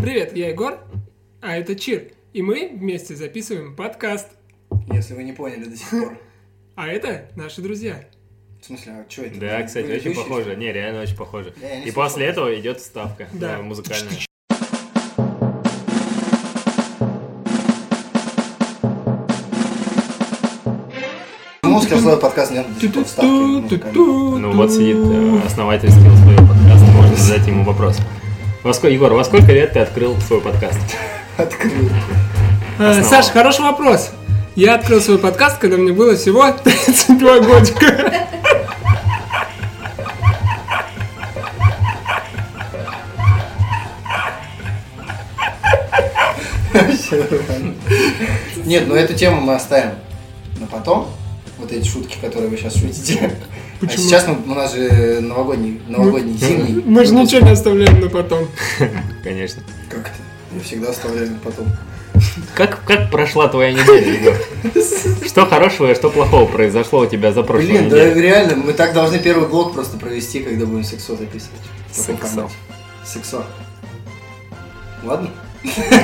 Привет, я Егор, а это Чир, и мы вместе записываем подкаст. Если вы не поняли до сих пор. А это наши друзья. В смысле, а что это? Да, кстати, Были очень ведущие? похоже. Не, реально очень похоже. Да, я не И слышал. после этого идет вставка Да. да, музыкальная. Музыка в А свой подкаст нет до сих пор вставки музыкальные. Ну вот сидит э, основатель скилл своего подкаста, можно задать ему вопрос. Во ско- Егор, во сколько лет ты открыл свой подкаст? Открыл. Э, Саш, хороший вопрос. Я открыл свой подкаст, когда мне было всего 32 годика. Вообще нормально. Нет, ну эту тему мы оставим на потом. Вот эти шутки, которые вы сейчас шутите. А Почему? Ну, сейчас мы- у нас же новогодний, новогодний, зимний. Мы же выпуск. ничего не оставляем на потом. Конечно. Как это? Я всегда оставляю на потом. Как, как прошла твоя неделя, Егор? Что хорошего и что плохого произошло у тебя за прошлую Блин, да неделю? реально, мы так должны первый блок просто провести, когда будем сексо записывать. В таком Сексо. формате. Сексо. Ладно?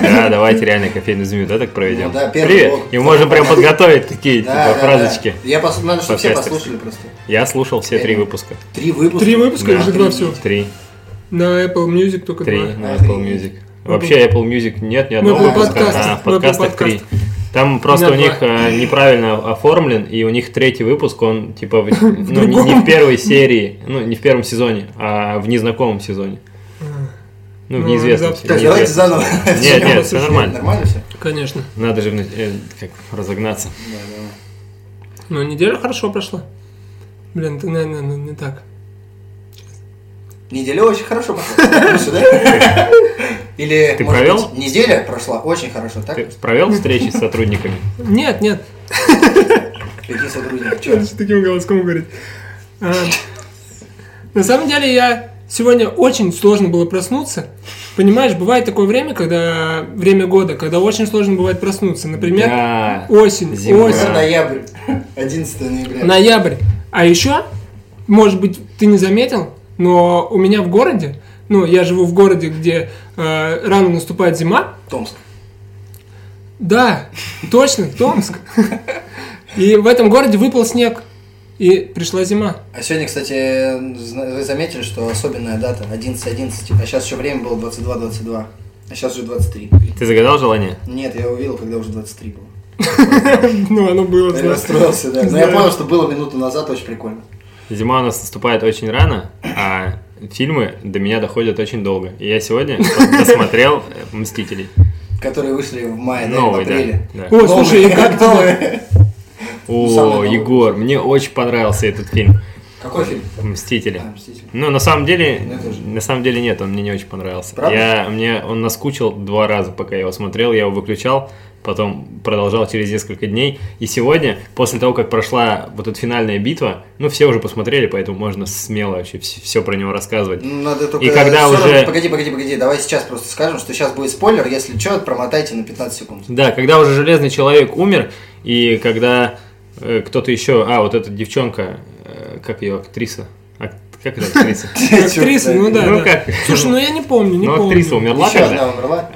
Да, давайте реально кофейную змею, да, так проведем? Ну да, первый Привет! блок. И мы можем прям подготовить такие Да, типа, да, фразочки. да. Я пос- надо, чтобы все Подкастерские. послушали просто. Я слушал все три выпуска. Три выпуска. Три выпуска Да. или два всего? Три. На Apple Music только Три два. на Apple Music. Вообще Apple Music нет ни одного Apple выпуска, Podcast. а в В Apple подкастах Podcast. три. Там просто меня у них э, неправильно оформлен, и у них третий выпуск, он типа в- ну, не, не в первой серии, ну не в первом сезоне, а в незнакомом сезоне. Ну, в Ну, неизвестном завтра. сезоне. Давайте заново. Нет, нет, все обсуждать. нормально. Нормально все? Конечно. Надо же э, как, разогнаться. Ну, неделя хорошо прошла. Блин, это, наверное, ну, не так. Неделя очень хорошо пошла. Лучше, да? Или, Ты может провел? быть, неделя прошла очень хорошо, так? Ты провел встречи с сотрудниками? Нет, нет. Какие сотрудники? Чё Чё? ты с таким голоском говорить? А, на самом деле я сегодня очень сложно было проснуться. Понимаешь, бывает такое время, когда время года, когда очень сложно бывает проснуться. Например, Да. осень, Зима. Это осень, ноябрь, 11 ноября. ноябрь. А еще, может быть, ты не заметил, но у меня в городе, ну, я живу в городе, где э, рано наступает зима, Томск. Да, точно, Томск. И в этом городе выпал снег, и пришла зима. А сегодня, кстати, зна- вы заметили, что особенная дата 11.11, а сейчас еще время было 22.22, а сейчас уже 23. Ты загадал желание? Нет, я увидел, когда уже 23 было. Ну, оно было. Я расстроился, да. Но я понял, что было минуту назад, очень прикольно. Зима у нас наступает очень рано, а фильмы до меня доходят очень долго. И я сегодня досмотрел э, «Мстителей». Которые вышли в мае, да, и в Новый, да. А, апреле. да. О, слушай, и как тебе? Новые. Ну, самый О, новый. Егор, мне очень понравился этот фильм Какой фильм? «Мстители». А, «Мстители». Ну, на самом деле, Мне тоже. на самом деле нет, он мне не очень понравился. Правда? Я, мне он наскучил два раза, пока я его смотрел, я его выключал, потом продолжал через несколько дней. И сегодня, после того, как прошла вот эта финальная битва, ну, все уже посмотрели, поэтому можно смело вообще все про него рассказывать. Ну, Надо только... И когда всё уже- равно- Погоди, погоди, погоди, давай сейчас просто скажем, что сейчас будет спойлер, если что, промотайте на 15 секунд. Да, когда уже железный человек умер, и когда э, кто-то еще. А, вот эта девчонка, э, как ее актриса? Ак- как это актриса? Актриса, ну да. Ну да. как? Слушай, ну я не помню, не Ну, помню. актриса умерла Еще когда? одна умерла.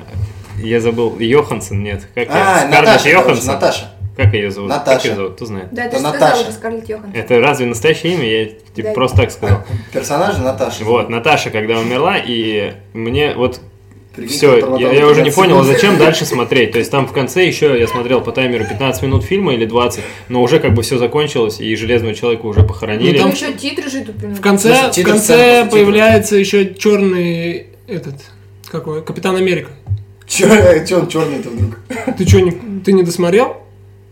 Я забыл. Йоханссон, нет. Как её? А, Скарлетт Наташа, короче, Йоханссон? Наташа. Как ее зовут? Как Наташа. ее зовут? Кто знает? Да, Это ты же Наташа. сказала, это Скарлетт Йоханссон. Это разве настоящее имя? Я типа, Да. просто так сказал. Персонажа Наташа. Вот, Наташа, когда умерла, и мне вот Прикинь, кто Все, промотал я, на я уже не 15 понял, а секунд. зачем дальше смотреть. То есть там в конце еще я смотрел по таймеру 15 минут фильма или 20, но уже как бы все закончилось, и железного человека уже похоронили. Ну, Там там- еще титры же тут В конце, Слушай, в титры конце сцены, появляется еще черный этот. Какой? Капитан Америка. Че, че он черный-то вдруг? Ты что, не, ты не досмотрел?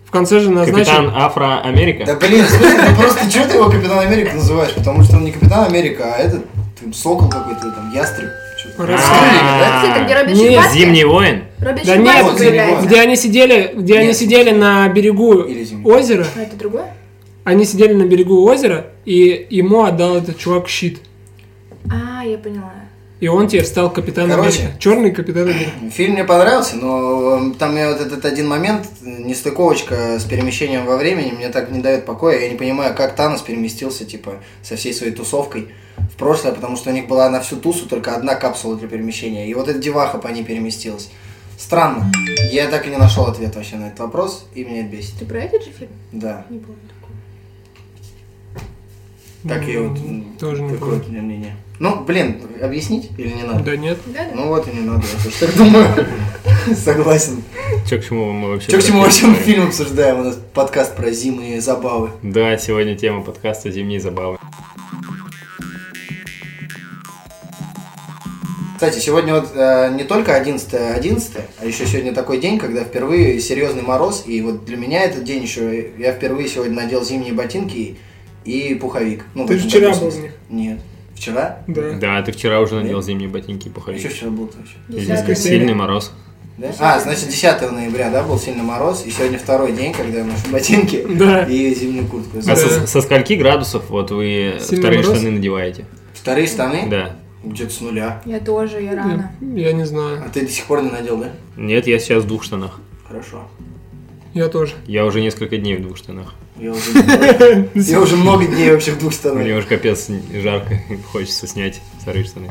В конце же назначен. Капитан Афроамерика. Да блин, слушай, ну просто что ты его Капитан Америка называешь? Потому что он не Капитан Америка, а этот там, сокол какой-то, там, ястреб. чё-то. Раз- А. Это где Робин Не, Шульман- Зимний воин. Робин Да Шульман нет, вот появляется. Где они сидели, где они Нет. сидели на берегу Или зимний. озера, А это другое? они сидели на берегу озера, и ему отдал этот чувак щит. А, я поняла. И он теперь стал капитаном Короче. Америка. Черный капитан Америка. Фильм мне понравился, но э, там я вот этот один момент, нестыковочка с перемещением во времени, мне так не дает покоя. Я не понимаю, как Танос переместился, типа, со всей своей тусовкой в прошлое, потому что у них была на всю тусу только одна капсула для перемещения. И вот эта деваха по ней переместилась. Странно. Я так и не нашел ответ вообще на этот вопрос, и меня это бесит. Ты про этот же фильм? Да. Не помню такого. Так и вот. М, м, Ну, Тоже не Такое помню. вот у меня мнение. Ну, блин, объяснить или не надо? Да нет. Да, да. Ну вот и не надо, я тоже так думаю. Согласен. Че к чему мы вообще... Че к чему вообще пришли? мы фильм обсуждаем? У нас подкаст про зимние забавы. Да, сегодня тема подкаста «Зимние забавы». Кстати, сегодня вот э, не только 11 11 а еще сегодня такой день, когда впервые серьезный мороз, и вот для меня этот день еще, я впервые сегодня надел зимние ботинки и пуховик. Ну, Ты в же этом вчера таком был в смысле. них. Нет. Вчера? Да. Да, ты вчера уже надел Нет. зимние ботинки и А что пуховик. вчера был-то вообще? И Десятое. здесь Сильный мороз. Да? А, значит, 10 ноября, да, был сильный мороз, и сегодня второй день, когда я ношу ботинки Да. и зимнюю куртку. А Да. со, со скольки градусов вот вы Сильный вторые мороз? штаны надеваете? Вторые штаны? Да. Где-то с нуля. Я тоже, я Я, рано. я не знаю. А ты до сих пор не надел, да? Нет, я сейчас в двух штанах. Хорошо. Я тоже. Я уже несколько дней в двух штанах. Я уже, я уже много дней вообще в двух штанах. Мне уже капец жарко, хочется снять вторые штаны.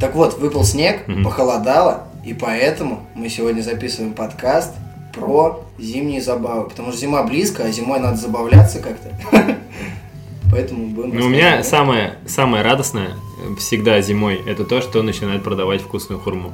Так вот, выпал снег, Мгм. похолодало, и поэтому мы сегодня записываем подкаст про зимние забавы. Потому что зима близко, а зимой надо забавляться как-то. Поэтому будем... Но Ну, у меня рассказывать. самое, самое радостное э, всегда зимой это то, что начинают продавать вкусную хурму.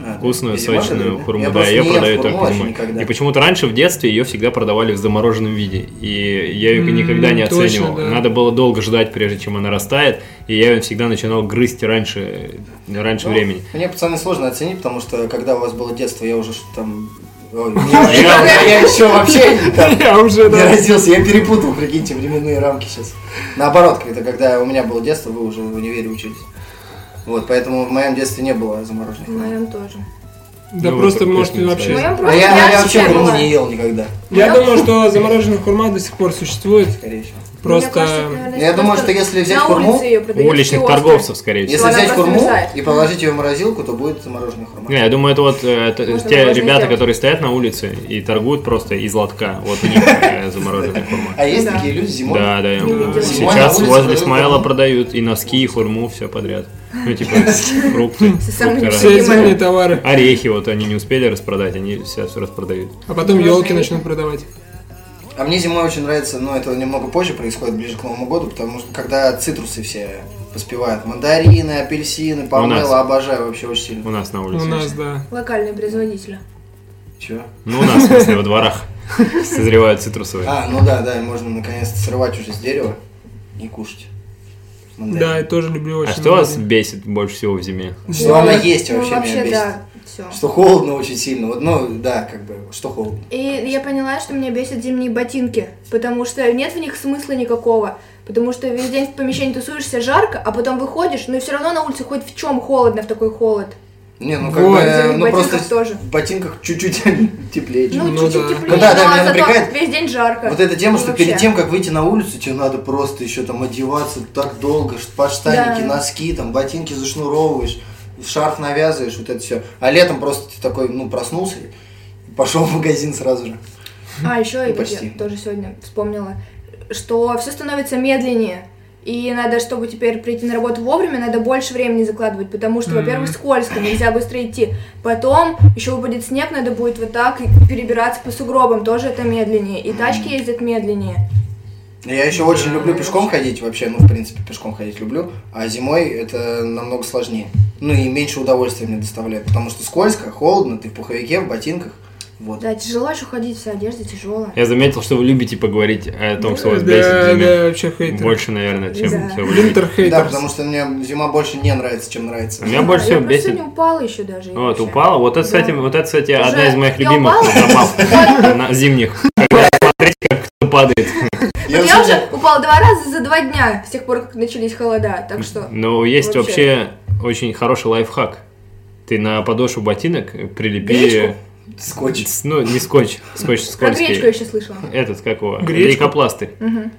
А, да. Вкусную, Зима, что ли, сочную да? хурму. Я да, просто ее не ем продают хурму только вообще зимой. никогда. И почему-то раньше в детстве ее всегда продавали в замороженном виде. И я ее М, никогда не точно, оценивал. да. Надо было долго ждать, прежде чем она растает. И я ее всегда начинал грызть раньше, э, раньше Ну, времени. Мне, пацаны, сложно оценить, потому что когда у вас было детство, я уже что-то там... Ой, не- Я- Я еще вообще там Я уже, не да. родился, я перепутал, прикиньте, временные рамки сейчас. Наоборот, когда, когда у меня было детство, вы уже в универе учились. Вот, поэтому в моем детстве не было замороженных. В моем тоже. Да Ну, просто, вот может, вкусно, В вообще... кстати. моем А просто я, а я вообще вообще хурму была. не ел никогда, Я Я думаю, что замороженная хурма до сих пор существует. скорее всего. Просто... Но я думаю, что если взять на хурму, улице ее продают. У уличных киоски. торговцев, скорее всего. Если она взять просто хурму мерзает. и положить ее в морозилку, то будет замороженная хурма. Не, я думаю, это вот э, т- Можно те мороженое ребята, делать. которые стоят на улице и торгуют просто из лотка. Вот у них э, замороженная хурма. А есть Да. такие люди зимой? Да, да. Ну, вот зимой Сейчас на улице возле продают Смайла хурму. продают и носки, и хурму, все подряд. Ну, типа, фрукты. фрукты Со самыми Все Понимаю. разные. цельные товары. Орехи вот они не успели распродать, они сейчас распродают. А потом елки Можно начнут продавать. А мне зимой очень нравится, но это немного позже происходит, ближе к Новому году, потому что когда цитрусы все поспевают, мандарины, апельсины, нас. помело, обожаю вообще очень У сильно. нас на У улице. нас, да. Локальные производители. Чего? Ну, у нас, в смысле, во дворах созревают цитрусовые. А, ну да, да, и можно наконец-то срывать уже с дерева и кушать. Мандарин. Да, я тоже люблю очень. А что вас многие. бесит больше всего в зиме? Что она есть вообще, ну, меня вообще, бесит. да, все. Что холодно очень сильно, вот, ну да, как бы, что холодно. И я поняла, что меня бесят зимние ботинки, потому что нет в них смысла никакого. Потому что весь день в помещении тусуешься жарко, а потом выходишь, но все равно на улице хоть в чем холодно, в такой холод. Не, ну как Вот. бы, В э, зимних ну ботинках просто тоже. в ботинках чуть-чуть теплее, чем Ну, Ну да. чуть-чуть теплее, Ну да, да, но меня зато напрягает весь день жарко. Вот эта тема, Ну, что вообще. перед тем, как выйти на улицу, тебе надо просто еще там одеваться так долго, что подштанники, Да. носки, там ботинки зашнуровываешь, шарф навязываешь, вот это все. А летом просто ты такой, ну, проснулся и пошел в магазин сразу же. А, еще Ну, я почти. тоже сегодня вспомнила, что все становится медленнее. И надо, чтобы теперь прийти на работу вовремя, надо больше времени закладывать, потому что, Мгм. во-первых, скользко, нельзя быстро идти. Потом еще упадет снег, надо будет вот так перебираться по сугробам, тоже это медленнее. И тачки ездят медленнее. Ну, Я еще очень люблю пешком ходить вообще, ну, в принципе, пешком ходить люблю, а зимой это намного сложнее. Ну и меньше удовольствия мне доставляет, потому что скользко, холодно, ты в пуховике, в ботинках, вот. Да, тяжело еще ходить, вся одежда тяжелая. Я заметил, что вы любите поговорить о том, что вас бесит в Да, зиме. да, вообще хейтер. Больше, наверное, чем Да. всё вы любите. Винтер Да, хейтер. потому что мне зима больше не нравится, чем нравится. А меня больше всего я просто бесит. сегодня упала еще даже. и Вот, вообще. упала. Вот это, кстати, Да. вот это, кстати, Уже одна из моих я любимых упала. забав на зимних. Когда смотреть, как кто падает. Вот Ну, Я сегодня- уже упала два раза за два дня, с тех пор, как начались холода, так Ну что... Но Ну, есть Вообще. вообще очень хороший лайфхак. Ты на подошву ботинок прилепи... Гречку? Скотч. с- Ну, не скотч, скотч Про гречку я скользкий. еще слышала. Этот, как его? Гречку? Лейкопластырь. Мгм.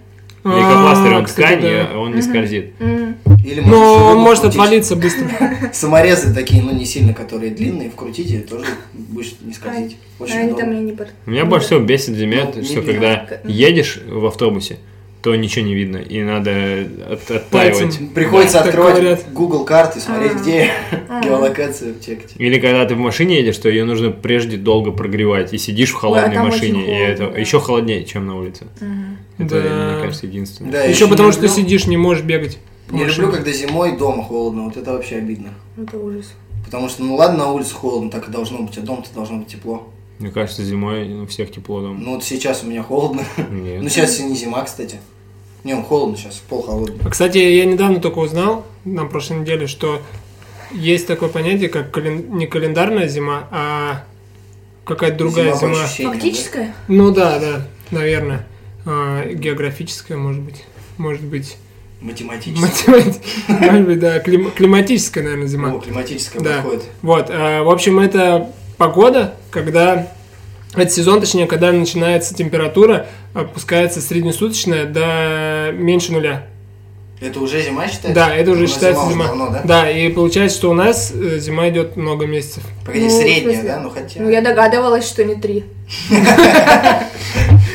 А, Лейкопластырь, он кстати, ткань, да. и он не Мгм. скользит. М. Или Но можно он Ну, может крутить. отвалиться быстро. Саморезы такие, ну не сильно, которые длинные, вкрутите, тоже будешь не скользить. Очень А они там удобно. мне не под... Меня больше всего бесит в зиме, Ну, не что бей. когда Как- едешь в автобусе, то ничего не видно. И надо от- отпаивать. Приходится Да, так открывать говорят. Google карты, смотреть, Ага. где А, геолокация в тексте. Или когда ты в машине едешь, то ее нужно прежде долго прогревать. И сидишь в а холодной там очень машине, и холодно, это да. еще холоднее, чем на улице. Это, Да. мне кажется, единственное. Да, я Еще не потому, что люблю- сидишь, не можешь бегать. по Не машине. люблю, когда зимой дома холодно, вот Ну, это вообще обидно. Это ужас. Потому что, ну ладно, на улице холодно, так и должно быть, а дом-то должно быть тепло. Мне кажется, зимой у всех тепло дома. Ну вот сейчас у меня холодно. Нет. Ну сейчас и не зима, кстати. Не, ну, холодно сейчас, пол холодно. А, Кстати, я недавно только узнал, на прошлой неделе, что есть такое понятие, как кален- не календарная зима, а какая-то другая по зима. ощущениям, да? Фактическое? Ну да, да, наверное. А, географическая, может быть. Может быть, Математическая. математи- может быть, да, клим- климатическая, наверное, зима. О, климатическая Да. подходит. Вот, э, в общем, это погода, когда это сезон, точнее, когда начинается температура, опускается среднесуточная до меньше нуля. Это уже зима считается? Да, это У уже нас считается уже зима. давно, да? и получается, что у нас э, зима идет много месяцев. Погоди, Ну, в средняя, смысле? да? Ну хотя... Ну, я догадывалась, что не три.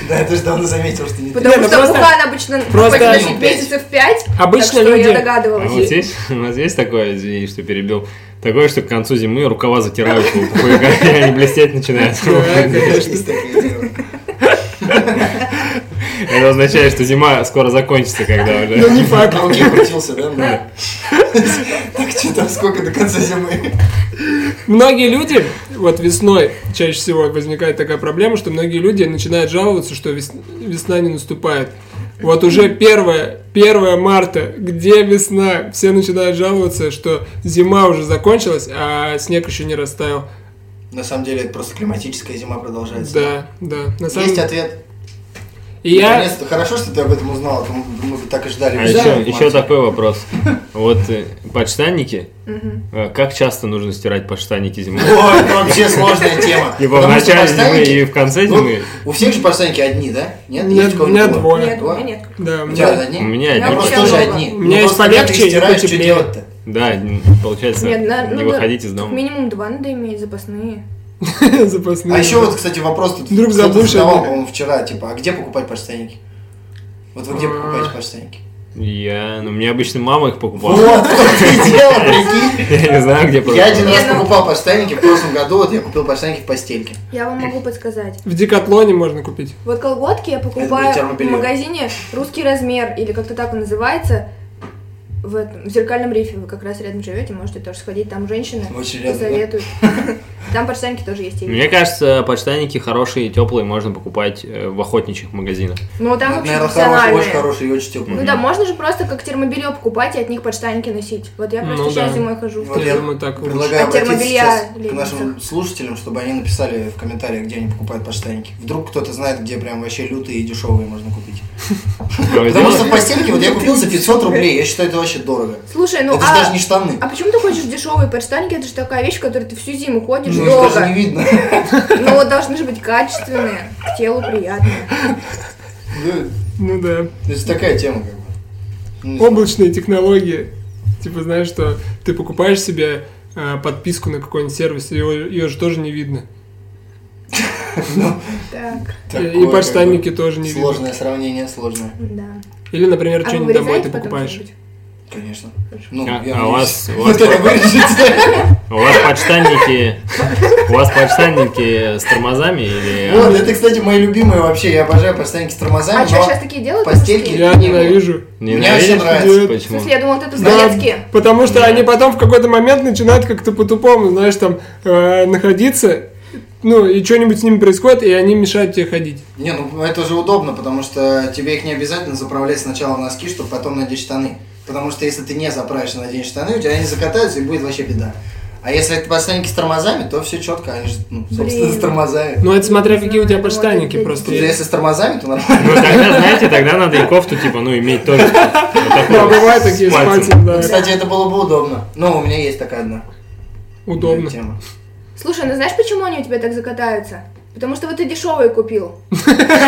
Да, я тоже давно заметил, что не три. Потому ну что просто- Wuhan обычно просто- хочет носить месяцев пять. Обычно так что люди- я А догадывалась. вот здесь, у нас есть такое, извини, что перебил, такое, что к концу зимы рукава затирают у пуховика, и они блестеть начинают. Да, конечно. Есть такое дело. Это означает, что зима скоро закончится, когда Ну, уже... не факт. На руке крутился, да? Ну. Так что там, сколько до конца зимы? Многие люди, вот весной чаще всего возникает такая проблема, что многие люди начинают жаловаться, что вес- весна не наступает. Вот уже первое, 1 марта, где весна? Все начинают жаловаться, что зима уже закончилась, а снег еще не растаял. На самом деле, это просто климатическая зима продолжается. Да, да. На самом... А Есть ответ. И я... Наконец-то. Хорошо, что ты об этом узнал, а то мы мы бы так и ждали. А Да. еще, Марта. еще такой вопрос. Вот э, подштанники, Мгм. э, как часто нужно стирать подштанники зимой? Ой, это вообще сложная тема. И в Ну, Потому что начале зимы, подштанники- и в конце Ну, зимы. У всех же подштанники одни, да? Нет, Нет, Есть у у меня кого-нибудь двое. Нет, у Два? Да, меня нет. У мне- тебя одни? У меня Я Я один. просто вообще тоже много. одни. Ну, У меня есть полегче и что потеплее. делать-то? Да, н- получается, Нет, на- ну не да, выходить из как дома. Минимум два надо иметь запасные. запасные. А еще вот, кстати, вопрос тут Вдруг кто-то забыл, что задавал, ли? по-моему, вчера, типа, а где покупать подштанники? Вот вы где А. покупаете подштанники? Я, ну, мне обычно мама их покупала. Вот, вот ты дело, прикинь. Я не знаю, где Я один просто. раз Не, ну- покупал подштанники в прошлом году, вот я купил подштанники в постельке. Я вам могу подсказать. В Декатлоне можно купить. Вот колготки я будет покупаю в термобелье. магазине «Русский размер» или как-то так он называется. В, этом- в зеркальном рифе вы как раз рядом живете, можете тоже сходить, там женщины Очень рядом, да? советуют. Там подштанники тоже есть. и- Мне кажется, подштанники хорошие и теплые можно покупать э, в охотничьих магазинах. Ну там вообще Наверное, хороший, очень профессиональные. хороший и очень теплый. Ну да, можно же просто как термобелье покупать и от них подштанники носить. Вот я Ну просто сейчас да. зимой хожу. Вот Я я думаю, так лучше. предлагаю От обратиться термобелья сейчас к ленится. нашим слушателям, чтобы они написали в комментариях, где они покупают подштанники. Вдруг кто-то знает, где прям вообще лютые и дешевые можно купить. Потому что в постельке вот я купил за 500 рублей, я считаю, это вообще дорого. Слушай, ну Это же даже а... не штаны. А почему ты хочешь дешевые подштаники? Это же такая вещь, в которой ты всю зиму ходишь Ну, их даже не долго. видно. Но вот должны же быть качественные, к телу приятные. Ну, Ну да. Это такая тема, как бы. Ну, облачные технологии. Типа, знаешь, что ты покупаешь себе э, подписку на какой-нибудь сервис, ее, же тоже не видно. Так, И- такое, и подштанники тоже как бы, не Сложное сравнение, сложное. да. видно. Или, например, А вы что-нибудь домой вырезаете ты потом покупаешь. что-нибудь? Конечно. Хорошо. Ну, А- я а у вас- у вас- Вот это вырежете. У вас подштанники... У вас подштанники с тормозами или... Вот, это, кстати, мои любимые вообще. Я обожаю подштанники с тормозами, А что, но сейчас такие делают? постельки- мужские? Я Не было. ненавижу. мне Ненавидишь? вообще нравится. Нет. В Почему? смысле, я думала, вот это Да, советские. потому что Нет. они потом в какой-то момент начинают как-то по-тупому, знаешь, там э, находиться, ну, и что-нибудь с ними происходит, и они мешают тебе ходить. Не, ну это же удобно, потому что тебе их не обязательно заправлять сначала в носки, чтобы потом надеть штаны. Потому что если ты не заправишь и наденешь штаны, у тебя они закатаются и будет вообще беда. А если это подштанники с тормозами, то все четко, они же, ну, собственно, Блин. с тормозами. Ну, это смотря Не какие у тебя знаю, вот подштанники это- просто. Потому что Я- Если с тормозами, то нормально. Ну тогда, знаете, тогда надо и кофту, типа, ну, иметь тоже. Вот такую Да, вот бывают такие с пальцем. спальцы, да, Кстати, это было бы удобно. Но у меня есть такая одна удобно. тема. Слушай, ну знаешь, почему они у тебя так закатаются? Потому что вот ты дешевые купил.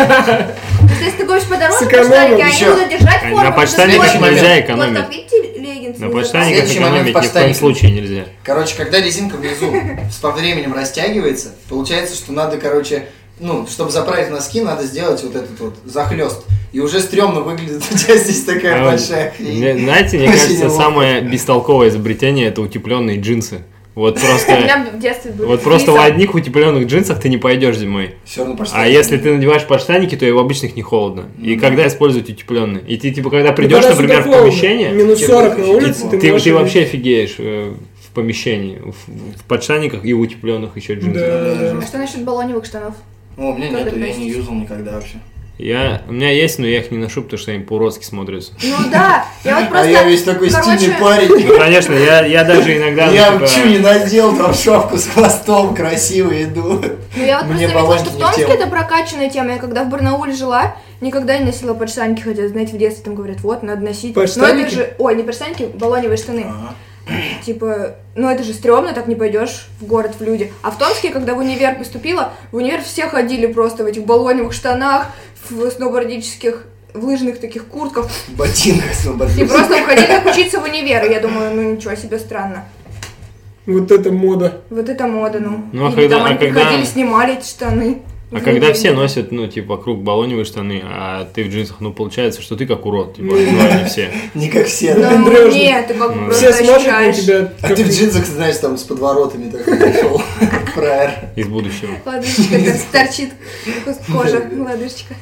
Потому что если ты купишь подороже Сэкономил. подштанники, они Ещё. будут держать А форму. На потому что подштанниках Следующий сегодня- нельзя Вот как экономить. видите, леггинсы. На не подштанниках Следующий момент экономить ни в коем подштанники. случае нельзя. Короче, когда резинка внизу с- со временем растягивается, получается, что надо, короче, ну, чтобы заправить носки, надо сделать вот этот вот захлест. И уже стрёмно выглядит, у тебя здесь такая А вот большая хрень. мне- знаете, мне Очень кажется, неловко. самое бестолковое изобретение это утепленные джинсы. Вот У меня просто, в детстве были. вот просто в фрисы. одних утепленных джинсах ты не пойдешь зимой. Все равно почти. А если ты надеваешь подштанники, то и в обычных не холодно. И Мгм. когда использовать утепленные? И ты, типа, когда придешь, Ну, когда например, в сюда холодно, помещение, Минус Чем 40 на больше улице, тепло. ты, ты, можешь- ты вообще офигеешь э, в помещении, в, в подштаниках и в утепленных еще джинсах. Да. А что насчет баллоневых штанов? О, Ну, у меня Как нету, я относитесь? не юзал никогда вообще. Я, у меня есть, но я их не ношу, потому что они по-уродски смотрятся. Ну да, я вот А просто... я весь такой короче, стильный парень. Ну, конечно, я, я даже иногда... ну, Я типа, вообще не надел, там шапку с хвостом, красиво иду. Ну я вот Мне просто видела, что баллонки в не Томске тема. это прокачанная тема. Я когда в Барнауле жила, никогда не носила подштаники, хотя, знаете, в детстве там говорят, вот, надо носить. Но Подштанники? это же... Ой, не подштаники, баллоневые штаны. Ага. Типа, ну это же стрёмно, так не пойдешь в город в люди. А в Томске, когда в универ поступила, в универ все ходили просто в этих баллоневых штанах, в сноубордических, в лыжных таких куртках. В ботинках И свободных. просто уходили так учиться в универ. И Я думаю, ну ничего себе странно. Вот это мода. Вот это мода, ну. Ну, а Или когда- там а они когда- приходили, снимали эти штаны. А когда все носят, ну, типа, вокруг баллоневые штаны, а ты в джинсах, ну, получается, что ты как урод, типа, ну, они все. Не как все. да? Ну, Дрёжник. нет, ты как бы Ну, просто Все смотрят на ощущаешь. тебя. А как- ты в джинсах, знаешь, там с подворотами такой пришел. Фраер. Из будущего. Лодыжечка так торчит, кожа, лодыжечка.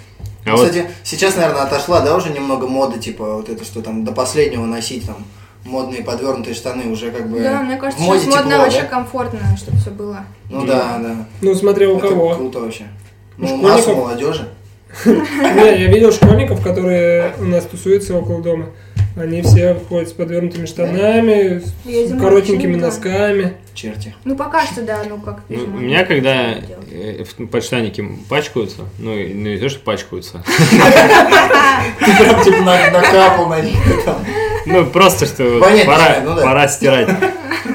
А вот, Ну, Кстати, сейчас, наверное, отошла, да, уже немного мода, типа, вот это, что там до последнего носить там модные подвернутые штаны уже как бы Да, мне кажется, в моде сейчас модно тепло, вообще да? комфортно, чтобы все было. Ну да, да. Ну, смотря у Это кого. круто вообще. Ну, Ну, у нас, у школьников- молодежи. Не, я видел школьников, которые у нас тусуются около дома. Они все ходят с подвернутыми штанами, Я с зимой коротенькими вообще не носками. Черти. Ну пока что да, ну как. ну, видимо, у меня, когда делать. э, в- подштаники пачкаются, ну, и- ну, не то, что пачкаются, Ты прям типа на- накапал на них. там. ну, просто, что Понятно, пора, ну да. пора стирать.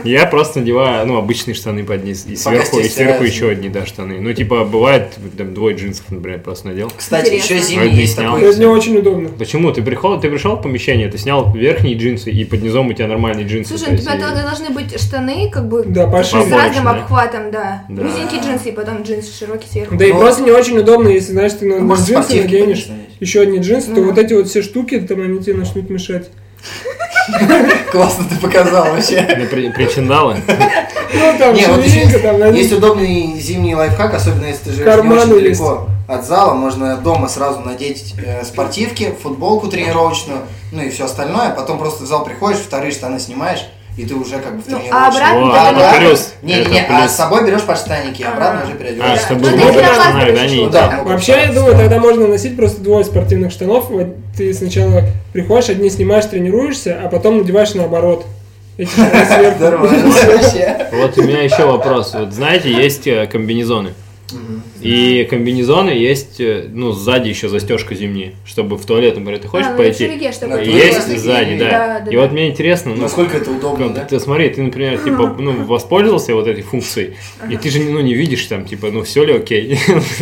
Я просто надеваю, ну, обычные штаны под низ, и Пока сверху, и стираются. сверху еще одни, да, штаны. Ну, типа, бывает, там, двое джинсов, например, просто надел. Кстати, Интересно. еще зимний Вроде не есть снял. Это такой. не очень удобно. Почему? Ты пришел, ты пришел в помещение, ты снял верхние джинсы, и под низом у тебя нормальные джинсы. Слушай, то ну, у есть, э, тебя и- тогда должны быть штаны, как бы Да, с пошире. разным Побольше, да? обхватом, да. Да. Узенькие джинсы и потом джинсы широкие сверху. Да и Ну, просто не очень удобно, если, знаешь, ты на Может, джинсы спортивки наденешь, поднять. еще одни джинсы, то Мгм. вот эти вот все штуки, там они тебе начнут мешать. Классно ты показал вообще. Ну, при- Причиндалы. Ну, там Не, вот еще ширинка, там на есть них. удобный зимний лайфхак, особенно если ты живешь не Карманы очень есть. далеко от зала, можно дома сразу надеть э, спортивки, футболку тренировочную, ну и все остальное, потом просто в зал приходишь, вторые штаны снимаешь, и ты уже как бы в Ну, а тренировочной. обратно О, ты это надеваешь- плюс. Не, не, Это не, а плюс. с собой берешь подштанники, а обратно Ага. уже А, переодеваешься. чтобы Ну, было ты удобно, на класс знаю, да, пришёл, не да. идти. Вообще, я думаю, тогда можно носить просто двое спортивных штанов. Вот ты сначала приходишь, одни снимаешь, тренируешься, а потом надеваешь наоборот. Эти штаны сверху. Здорово, вообще. Вот у меня еще вопрос. Вот знаете, есть э, комбинезоны. И комбинезоны есть, э, ну, сзади еще застежка зимняя, чтобы в туалет, например, ты хочешь А, ну, на пойти. ширике, чтобы Да, и было. Есть такие, сзади, да. да, да, И вот да. мне интересно, ну, Насколько это удобно, да? ты смотри, ты, например, типа, ну, воспользовался вот этой функцией, и ты же, ну, не видишь там, типа, ну, все ли окей.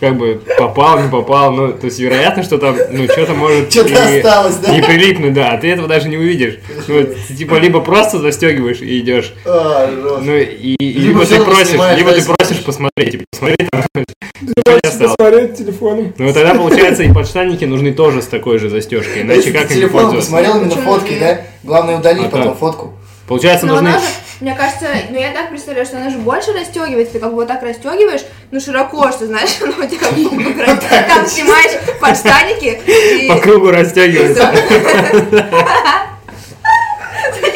Ты как бы попал, не попал, ну, то есть, вероятно, что там, ну, что-то может... Что-то и- осталось, да? Не прилипнуть, да, а ты этого даже не увидишь. Ну, ты, типа, либо просто застегиваешь и идешь, А, жестко. ну, и, и Либо либо, ты взял и просишь, снимаешь, либо да, и ты смотришь. просишь посмотреть, типа, посмотри там. Хочется посмотреть телефоном. Ну, тогда, получается, и подштанники нужны тоже с такой же застежкой, иначе Если как ты ими телефон пользоваться? посмотрел на Почему фотки, нет? да? Главное, удали А потом так. фотку. Получается, Но нужны... Ну, она же, мне кажется, ну я так представляю, что она же больше расстегивается, ты как бы вот так расстегиваешь, ну широко, что знаешь, ну у тебя как бы растёг- там снимаешь подштаники и По кругу растягиваются.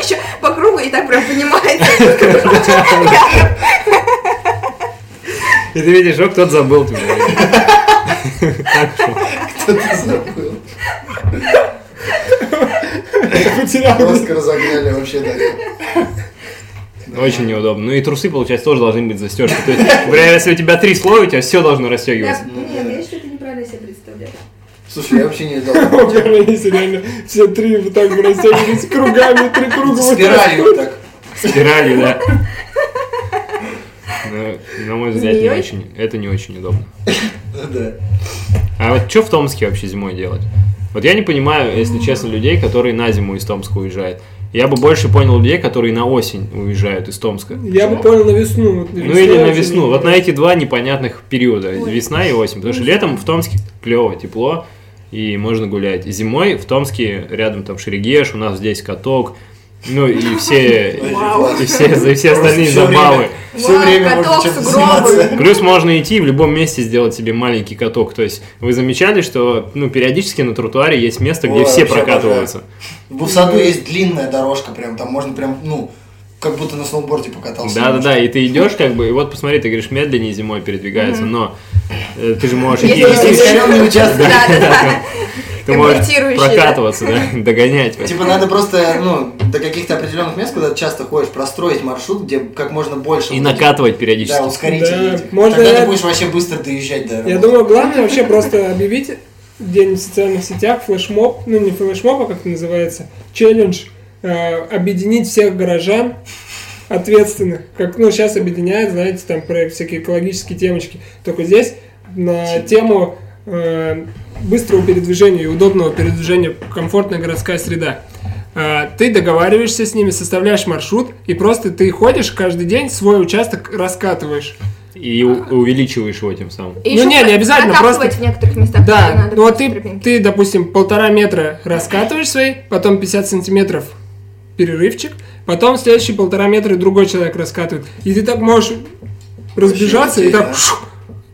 еще по кругу и так прям поднимается. И ты видишь, что кто-то забыл тебя. Кто-то забыл. Потерял. Жестко разогнали вообще так. Очень неудобно. Ну и трусы, получается, тоже должны быть застежки. То есть, например, если у тебя три слоя, у тебя все должно Я- расстегиваться. Нет, я что-то неправильно себе представляю. Слушай, я вообще не видал. У меня есть реально все три вот так бы растягивались кругами, три круга. вот Спиралью вот так. Спирали, да. Ну, на мой взгляд, не Змеёй? очень, это не очень удобно. Ну Да. А вот что в Томске вообще зимой делать? Вот я не понимаю, если честно, людей, которые на зиму из Томска уезжают. Я бы больше понял людей, которые на осень уезжают из Томска. Я бы понял на весну. вот Ну или на очень- весну. Вот на эти два непонятных периода. Ой. Весна и осень. Потому что летом в Томске клево, тепло, и можно гулять. И зимой в Томске рядом там Шерегеш, у нас здесь каток. Ну и все, Вау. и все, и все остальные Всё время- забавы. Все Вау, время каток можно чем-то с угробами. заниматься. Плюс можно идти и в любом месте сделать себе маленький каток. То есть вы замечали, что ну, периодически на тротуаре есть место, где Ой, все вообще прокатываются. В Бусаду есть длинная дорожка прям, там можно прям, ну, как будто на сноуборде покатался. Да, да, да. И ты идешь, как бы, и вот посмотри, ты говоришь, медленнее зимой передвигается, но э, ты же можешь идти. Если Есть населенный участок. Да, да, да. Ты можешь Конвертирующий, да. прокатываться, да, догонять. Типа надо просто, ну, до каких-то определенных мест, куда ты часто ходишь, простроить маршрут, где как можно больше... И вот этих- накатывать Да, периодически. Да, ускорителей. этих. можно Тогда я- ты будешь вообще быстро доезжать до Я работы. думаю, главное вообще просто объявить где-нибудь в социальных сетях флешмоб, ну не флешмоб, а как это называется, челлендж, э, объединить всех горожан ответственных, как, ну, сейчас объединяют, знаете, там, про всякие экологические темочки, только здесь на тему э, быстрого передвижения и удобного передвижения, комфортная городская среда. Э, Ты договариваешься с ними, составляешь маршрут, и просто ты ходишь каждый день, свой участок раскатываешь. И у- увеличиваешь его тем самым. И Ну, ещё не, не обязательно, прокапывать просто- в некоторых местах. где Да, надо ну а просто ты, тропинки. ты, допустим, полтора метра раскатываешь свои, потом 50 сантиметров перерывчик, потом следующие полтора метра другой человек раскатывает. И ты так можешь разбежаться и идея, так... да. шух,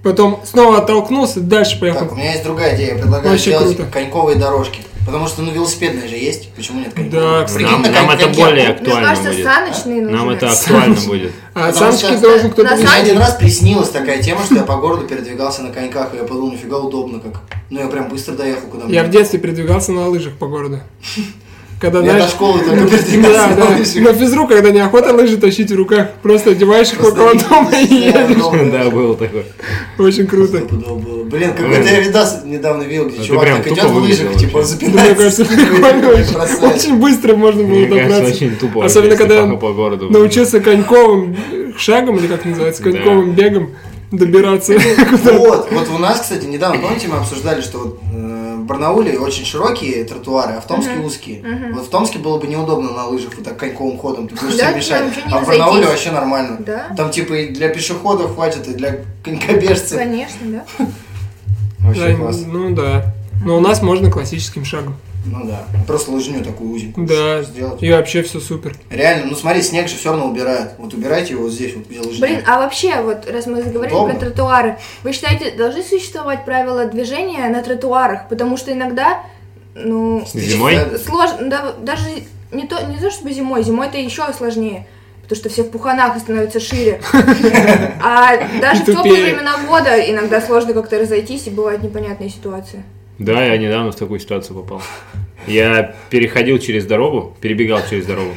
потом снова оттолкнулся, дальше поехал. Так, у меня есть другая идея. Я предлагаю Вообще сделать круто. коньковые дорожки. Потому что, ну, велосипедные же есть. Почему нет коньков? Да, Прикинь, Нам, на нам конь- это коньке. более Мне актуально кажется, будет. саночные нужны. Нам это актуально будет. А Потому саночки что должен кто-то... на быть. Мне Знаешь- один раз приснилась такая тема, что я по городу передвигался на коньках, и я подумал, нифига удобно как. Ну, я прям быстро доехал куда Я в мне. детстве передвигался на лыжах по городу. Когда, Я до знаешь... школы только Да, передвигался да. на лыжах. На физру, когда неохота лыжи тащить в руках, просто одеваешь их Просто около дома и я едешь. удобно. Да, было такое. Очень круто. Стопудово было. Блин, какой-то я видос недавно видел, где Это чувак А прям так тупо идет в выглядело лыжах, типа он вообще. Ну, Мне кажется, запинается. прикольно очень. Очень быстро можно ну, было Мне кажется, добраться. очень тупо. Особенно, если когда папа он по городу. Научился коньковым э, шагом, или как называется, Да. коньковым бегом добираться. Вот, вот у нас, кстати, недавно, помните, мы обсуждали, что вот э, в Барнауле очень широкие тротуары, а в Томске узкие. Вот в Томске было бы неудобно на лыжах вот так коньковым ходом, ты будешь Да, себе тебе мешать. вообще не А в Барнауле разойтись. вообще нормально. Да. Там типа и для пешеходов хватит, и для конькобежцев. Конечно, да. Вообще Да, классно. Ну да. Но у нас можно классическим шагом. Ну да, просто лыжню такую узенькую Да. сделать. И вообще все супер. Реально, ну смотри, снег же все равно убирают. Вот убирайте его вот здесь, вот где лыжня. Блин, а вообще, вот раз мы заговорили Удобно. про тротуары, вы считаете, должны существовать правила движения на тротуарах? Потому что иногда, ну, Зимой? сложно, да, даже не то, не то чтобы зимой, зимой это еще сложнее. Потому что все в пуханах и становятся шире. А даже в теплые Тупее. времена года иногда сложно как-то разойтись, и бывают непонятные ситуации. Да, я недавно в такую ситуацию попал. Я переходил через дорогу, перебегал через дорогу.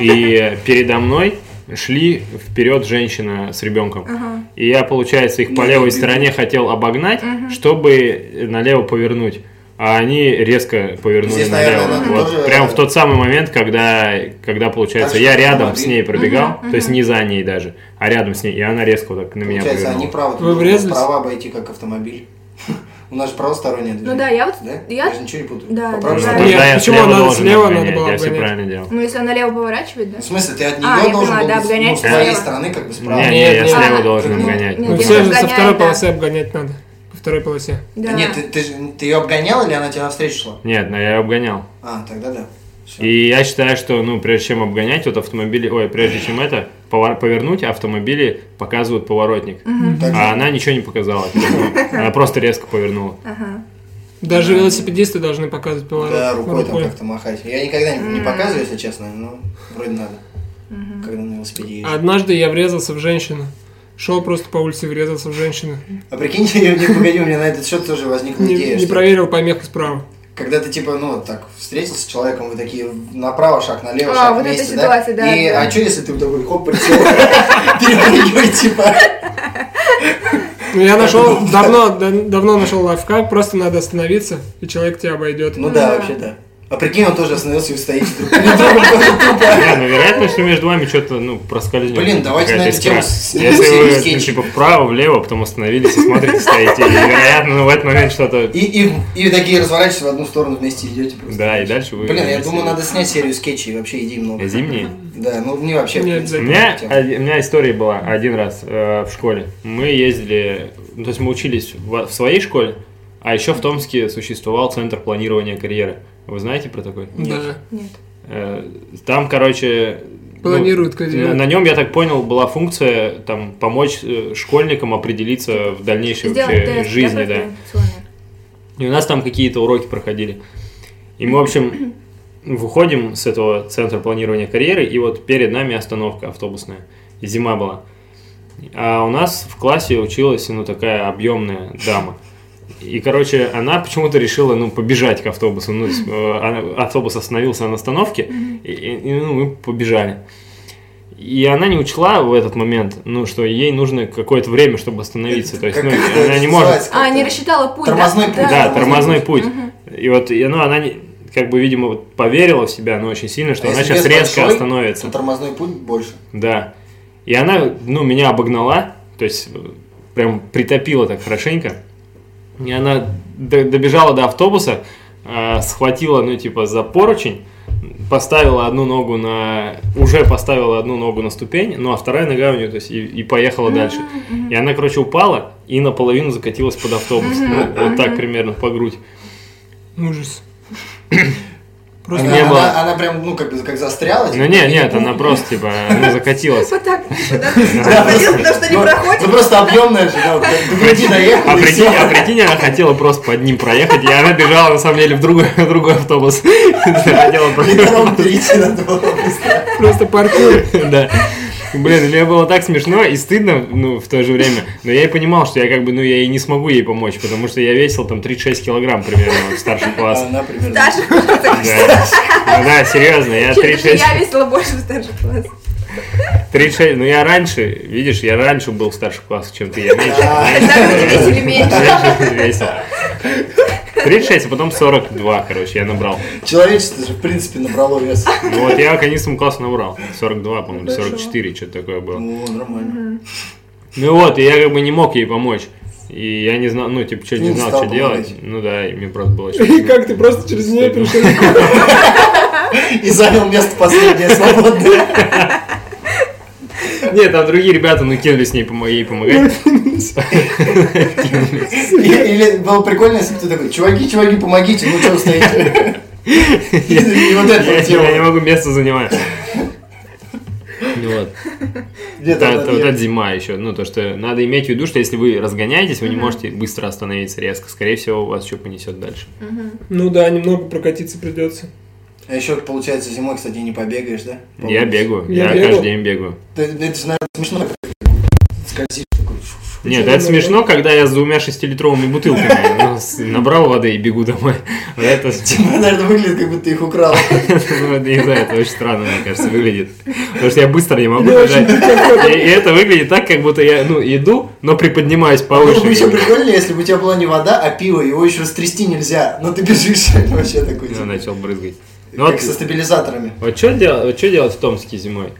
И передо мной шли вперед женщина с ребенком. Ага. И я, получается, их по Ну, левой ты- стороне хотел обогнать, чтобы налево повернуть. А они резко повернули Здесь, налево. наверное, надо Вот тоже- прям в тот самый момент, когда, когда получается, Так, я чтобы рядом автомобиль- с ней пробегал, то есть не за ней даже, а рядом с ней, и она резко вот так на меня Получается, они повернула. правы. Вы врезались? Права обойти как автомобиль. У нас же правостороннее движение. Ну да, я вот... Да? Я, Я же ничего не путаю. Да, По да, правой Вот да. стороне. тогда Ну, Нет, я почему слева она должен слева надо обгонять, было я все обгонять? правильно делал. ну, если она лево поворачивает, да? В смысле, ты от нее А, я должен поняла, был да, быть, ну, обгонять с твоей слева. стороны, как бы справа. Не, Нет, не, я нет. слева А, должен ну, обгонять. нет, Ну ты все же со обгоняй, второй да. полосы обгонять надо. По второй полосе. Да. Нет, ты, ты, же- ты ее обгонял или она тебя навстречу шла? Нет, но я её обгонял. А, тогда да. Всё. И я считаю, что, ну, прежде чем обгонять, вот автомобили, ой, прежде чем это, повор- повернуть, автомобили показывают поворотник. Так же. А она ничего не показала. Она просто резко повернула. Ага. Даже велосипедисты должны показывать поворот. Да, рукой там как-то махать. Я никогда не, не показываю, если честно, но вроде надо. Когда на велосипеде А- езжу. Однажды я врезался в женщину. Шел просто по улице, и врезался в женщину. А прикиньте, я не погоди, у меня на этот счет тоже возникла Не, идея, не что проверил помех справа. Когда ты типа, ну, вот так, встретился с человеком, вы такие направо шаг, налево А, шаг вот эта вместе, ситуация, да, И, да. а что, если ты такой, хоп, присел, перепрыгивай, типа. Ну, я нашел, давно, да- давно нашел лайфхак, просто надо остановиться, и человек тебя обойдет. Ну да, вообще да. А прикинь, он тоже остановился и стоит друг перед другом, тоже тупо. Да, но вероятно, что между вами что-то, ну, проскользнет. Блин, давайте Какая-то на эту искра. тему с- Если снимем вы, ну, скетч. типа, вправо, влево, потом остановились и смотрите, стоите, и, вероятно, ну, в этот момент что-то... И, и, и такие разворачиваются в одну сторону вместе идете просто. Да, и дальше вы... Блин, я думаю, надо снять серию скетчей и вообще иди много. Зимние? Да, ну не вообще. в Не принципе, У обязательно. меня, тема. оди- у меня история была один раз э, в школе. Мы ездили, ну, то есть мы учились в, в своей школе, а еще в Томске существовал центр планирования карьеры. Вы знаете про такой? Да. Нет. Э, Там, короче... ну, Планируют карьеру. На, нем, я так понял, была функция там помочь э, школьникам определиться в дальнейшей Сделать вообще тест. жизни, да, да. профориентационный. И у нас там какие-то уроки проходили. И мы, в общем, выходим с этого центра планирования карьеры, и вот перед нами остановка автобусная. И Зима была. А у нас в классе училась, ну, такая объемная дама. И, короче, она почему-то решила, ну, побежать к автобусу. Ну, то есть, э, она- автобус остановился на остановке, и, и, ну, мы побежали. И она не учла в этот момент, ну, что ей нужно какое-то время, чтобы остановиться. То есть, Как- ну, как это она не может... называется А, как-то? не рассчитала путь, Тормозной да? путь, Да, типа Тормозной тормозной путь. путь. И вот, и, ну, она не- как бы, видимо, вот поверила в себя, но очень сильно, что А она если сейчас вес резко большой, остановится. то тормозной путь больше. Да. И она, ну, меня обогнала, то есть э, прям притопила так хорошенько. И она до- добежала до автобуса, а, схватила, ну, типа, за поручень, поставила одну ногу на... Уже поставила одну ногу на ступень, ну, а вторая нога у нее, то есть, и, и поехала дальше. И она, короче, упала и наполовину закатилась под автобус. Ну, вот так примерно, по грудь. Ужас. Она, Просто Не она- было. она прям, ну, как бы как застряла. Ну, типа, нет, и- нет, она просто, типа, ну, закатилась. Вот так. Заходил, потому что не Ну, проходит. Ну просто объемная же, да, вот до груди доехала. А и прикинь, всё. а прикинь, она хотела просто под ним проехать, и она бежала, на самом деле, в другой, в другой автобус. Хотела просто- Литером перейти надо было быстро. просто паркур. Да. Блин, мне было так смешно и стыдно, ну, в то же время. Но я и понимал, что я как бы, ну, я и не смогу ей помочь, потому что я весил там 36 килограмм примерно в старший А класс. Она примерно. Даже Да, Ну да, серьезно, я Чё, даже 36... я весила больше в старший класс. 36... Ну, я раньше, видишь, я раньше был в старших классах, чем ты, я меньше. А, Тогда люди весили меньше. Я сейчас весил. 36, а потом 42, короче, я набрал. Человечество же, в принципе, набрало вес. Ну вот я к 11 классу набрал. 42, по-моему, Хорошо. 44, что-то такое было. Ну, нормально. Ну вот, и я как бы не мог ей помочь. И я не знал, ну, типа, что Не не знал, стал что делать. помогать. Ну да, и мне просто было И очень... как ты просто через нее пришел? И занял место последнее свободное. Нет, там другие ребята, ну, кинулись ней помо- ей помогать. И- Или было прикольно, если бы ты такой, чуваки, чуваки, помогите, ну что вы стоите? И и вот Я это вот я не дело. могу место занимать. Ну вот. Где-то Да, она это вот эта где-то. зима еще. Ну, то, что надо иметь в виду, что если вы разгоняетесь, вы не можете быстро остановиться резко. Скорее всего, вас что понесет дальше. Ну да, немного прокатиться придется. А еще, получается, зимой, кстати, не побегаешь, да? Я бегаю. Я Я бегал. каждый день бегаю. Да, Это же, наверное, смешно. Скользишь такой. фу, фу. Нет, Почему это бы смешно, когда я с двумя шестилитровыми бутылками ну, с- набрал воды и бегу домой. Вот Это, Типа, наверное, выглядит, как будто ты их украл. ну, это, не знаю, это очень странно, мне кажется, выглядит. Потому что я быстро не могу Я очень бежать. И, и это выглядит так, как будто я ну, иду, но приподнимаюсь Ну, Было бы еще повыше. прикольно, если бы у тебя была не вода, а пиво, его еще стрясти нельзя. Но ты бежишь вообще такой, Я типа, начал брызгать. Ну, как вот, со стабилизаторами. вот что делать, вот что делать в Томске зимой?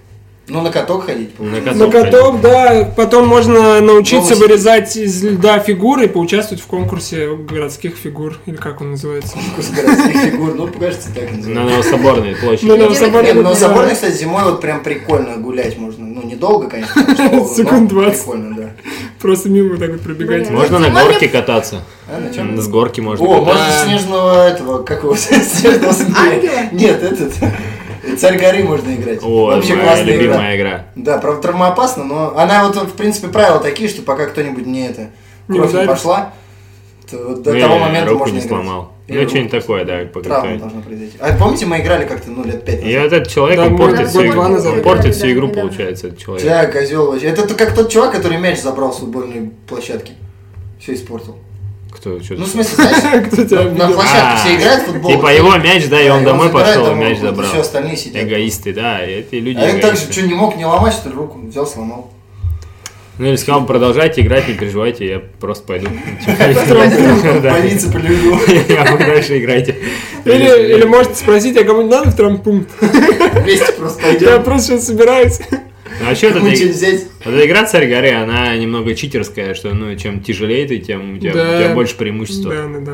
Ну, на каток ходить, На получается. каток. На каток, да. Потом можно научиться Волосы. вырезать из льда фигуры и поучаствовать в конкурсе городских фигур. Или как он называется? Вкус городских фигур, ну, кажется, так На называется. Новособорной площади. Ну, на Нет, Соборной Нет, но Губернии. соборный, кстати, зимой вот прям прикольно гулять можно. Ну, недолго, конечно, потому что холодно, Секунд но 20. Прикольно, да. Просто мимо вот так вот пробегать. Блин. Можно на Зимой горке кататься. А, на чем? С горки можно О, кататься. можно снежного этого, как его, снежного змея. Ангела? Нет, этот, царь горы можно играть. О, Вообще моя классная игра. любимая игра. Да, правда, травмоопасно, но она вот, в принципе, правила такие, что пока кто-нибудь не это, Не кровь не ударит. пошла, то вот до Ну, того я момента руку можно не играть. сломал. И Ну, руку. что-нибудь такое, да, Травма покатать. должна произойти. А помните, мы играли как-то, ну, лет пять И вот назад? этот человек, он Да, портит год- всю год игру. два назад Он играли, портит да, всю игру, недавно. получается, этот человек. Бля, козел вообще. Это ты как тот чувак, который мяч забрал с футбольной площадки. Все испортил. Кто, типа, что Ну, в смысле, знаешь, Кто тебя Ну, на обидел? площадке А, все играют в футбол. Типа его мяч, да, и он домой пошел, и и мяч забрал. Все остальные сидят. Эгоисты, да, эти люди А я так же, эгоисты. что, не мог не ломать, что ли, руку взял, сломал. Ну, или сказал, продолжайте играть, не переживайте, я просто пойду. Да. Больница полюблю. А вы дальше играйте. Или, или можете спросить, а кому надо в травмпункт? Вместе просто Я пойдем. просто сейчас собираюсь. Ну, а что это Какую-нибудь взять. Вот эта игра «Царь горы», она немного читерская, что ну, чем тяжелее ты, тем у тебя, Да. у тебя больше преимущества. Да, да, да.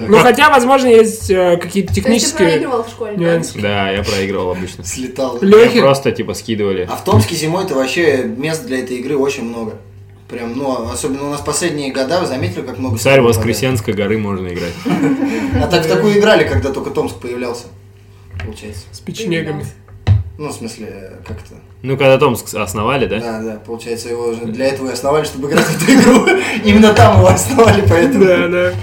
Да. Ну, хотя, возможно, есть э, какие-то То есть ты технические проигрывал в школе, да? нюансы. Да, я проигрывал обычно. Слетал. Лё- Лёхи. Меня просто типа скидывали. А в Томске зимой это вообще мест для этой игры очень много. Прям, ну, особенно у нас последние года, вы заметили, как много... Царь снега Воскресенской горы можно играть. падает? А так в такую играли, когда только Томск появлялся, получается. с печенегами. Ну, в смысле, э, как это? Ну, когда Томск основали, да? Да, да, получается, его уже для этого и основали, чтобы играть в эту игру. Именно там его основали, поэтому... Да, да.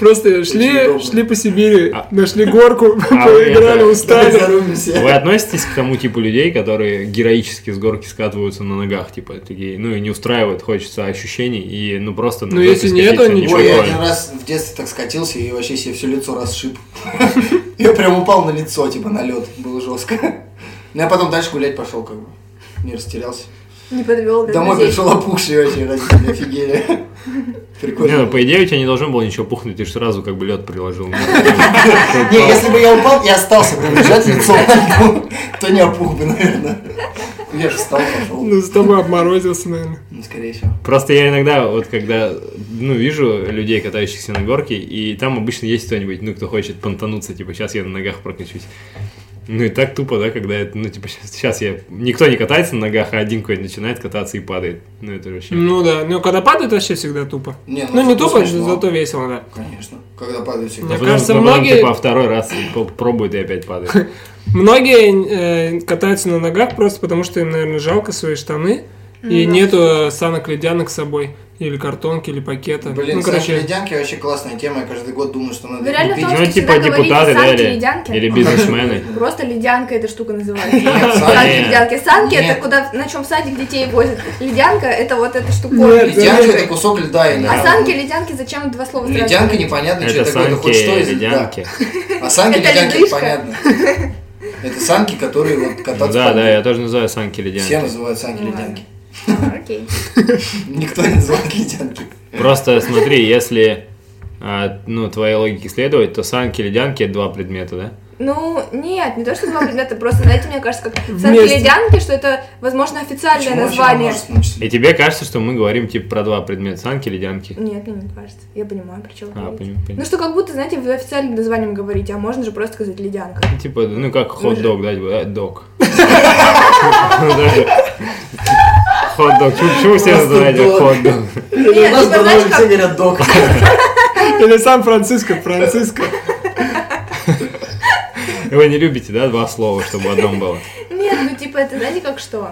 Просто шли, удобно. шли по Сибири, А- нашли горку, А, поиграли, это- Давай устали. зарубимся. Вы относитесь к тому типу людей, которые героически с горки скатываются на ногах, типа такие, ну и не устраивает, хочется ощущений, и ну просто Ну, на горке если нет, скатиться то ничего. Ой, я такое. один раз в детстве так скатился и вообще себе все лицо расшиб. Я прям упал на лицо, типа на лед. Было жестко. Ну, я потом дальше гулять пошел, как бы. Не растерялся. Не подвел да, Домой друзей. пришел опухший вообще, родители офигели. Не, ну Прикольно. по идее у тебя не должно было ничего пухнуть, ты же сразу как бы лед приложил. Не, если бы я упал и остался бы лежать лицом, на льду, то не опух бы, наверное. Я же встал, пошел. Ну, с тобой обморозился, наверное. Ну, скорее всего. Просто я иногда, вот когда, ну, вижу людей, катающихся на горке, и там обычно есть кто-нибудь, ну, кто хочет понтануться, типа, сейчас я на ногах прокачусь. Ну, и так тупо, да, когда это, ну, типа, сейчас я... Никто не катается на ногах, а один какой-нибудь начинает кататься и падает. Ну, это вообще... Ну да, ну когда падает, вообще всегда тупо. Не, Ну не зато тупо, смешно. зато весело, да. Конечно. Когда падают А всегда. мне потом- кажется, а потом, многие- типа, второй раз п- пробует и опять падает. Многие э, катаются на ногах просто потому, что им, наверное, жалко свои штаны. И Ну да. нету э, санок ледянок с собой. Или картонки, или пакета. Блин, ну, Санки короче, ледянки вообще классная тема. Я каждый год думаю, что надо Вы их реально купить. в Томске Ну, типа, всегда говорите, депутаты, да, «Санки, или- ледянки». или бизнесмены. Просто ледянка эта штука называется. Нет, Санки, нет. ледянки. Санки Нет. это куда, на чем в садик детей возят. Ледянка это вот эта штука. Нет, Ледянка это кусок льда или А санки, ледянки, зачем два слова сразу? Ледянка непонятно, что Это это такое, это санки, хоть что из льда. ледянки. А санки Это ледянки это ледышка. понятно. Это санки, которые вот Ну кататься Да, по льду. да, я тоже называю санки Все ледянки. называют санки Ну, ледянки. Окей. Никто не называет ледянки. Просто смотри, если, а, ну, твоей логике следовать, то санки ледянки — это два предмета, да? Ну, нет, не то, что два предмета, просто, знаете, мне кажется, как санки Вместе. ледянки, что это, возможно, официальное Почему вообще название. множественном числе? И тебе кажется, что мы говорим типа про два предмета, санки или ледянки? Нет, мне не кажется. Я понимаю, при чем вы А, говорите. понятно. Ну что, как будто, знаете, вы официальным названием говорите, а можно же просто сказать ледянка. Типа, ну как хот-дог, да, типа, э, дог. Хот-дог. Чего- Чего вы все Просто называете дог. хот-дог? У нас типа, знаешь, давно как- типа, все говорят док. или Сан-Франциско, Франциско. Вы не любите, да, два слова, чтобы в одном было? Нет, ну типа это, знаете, как что?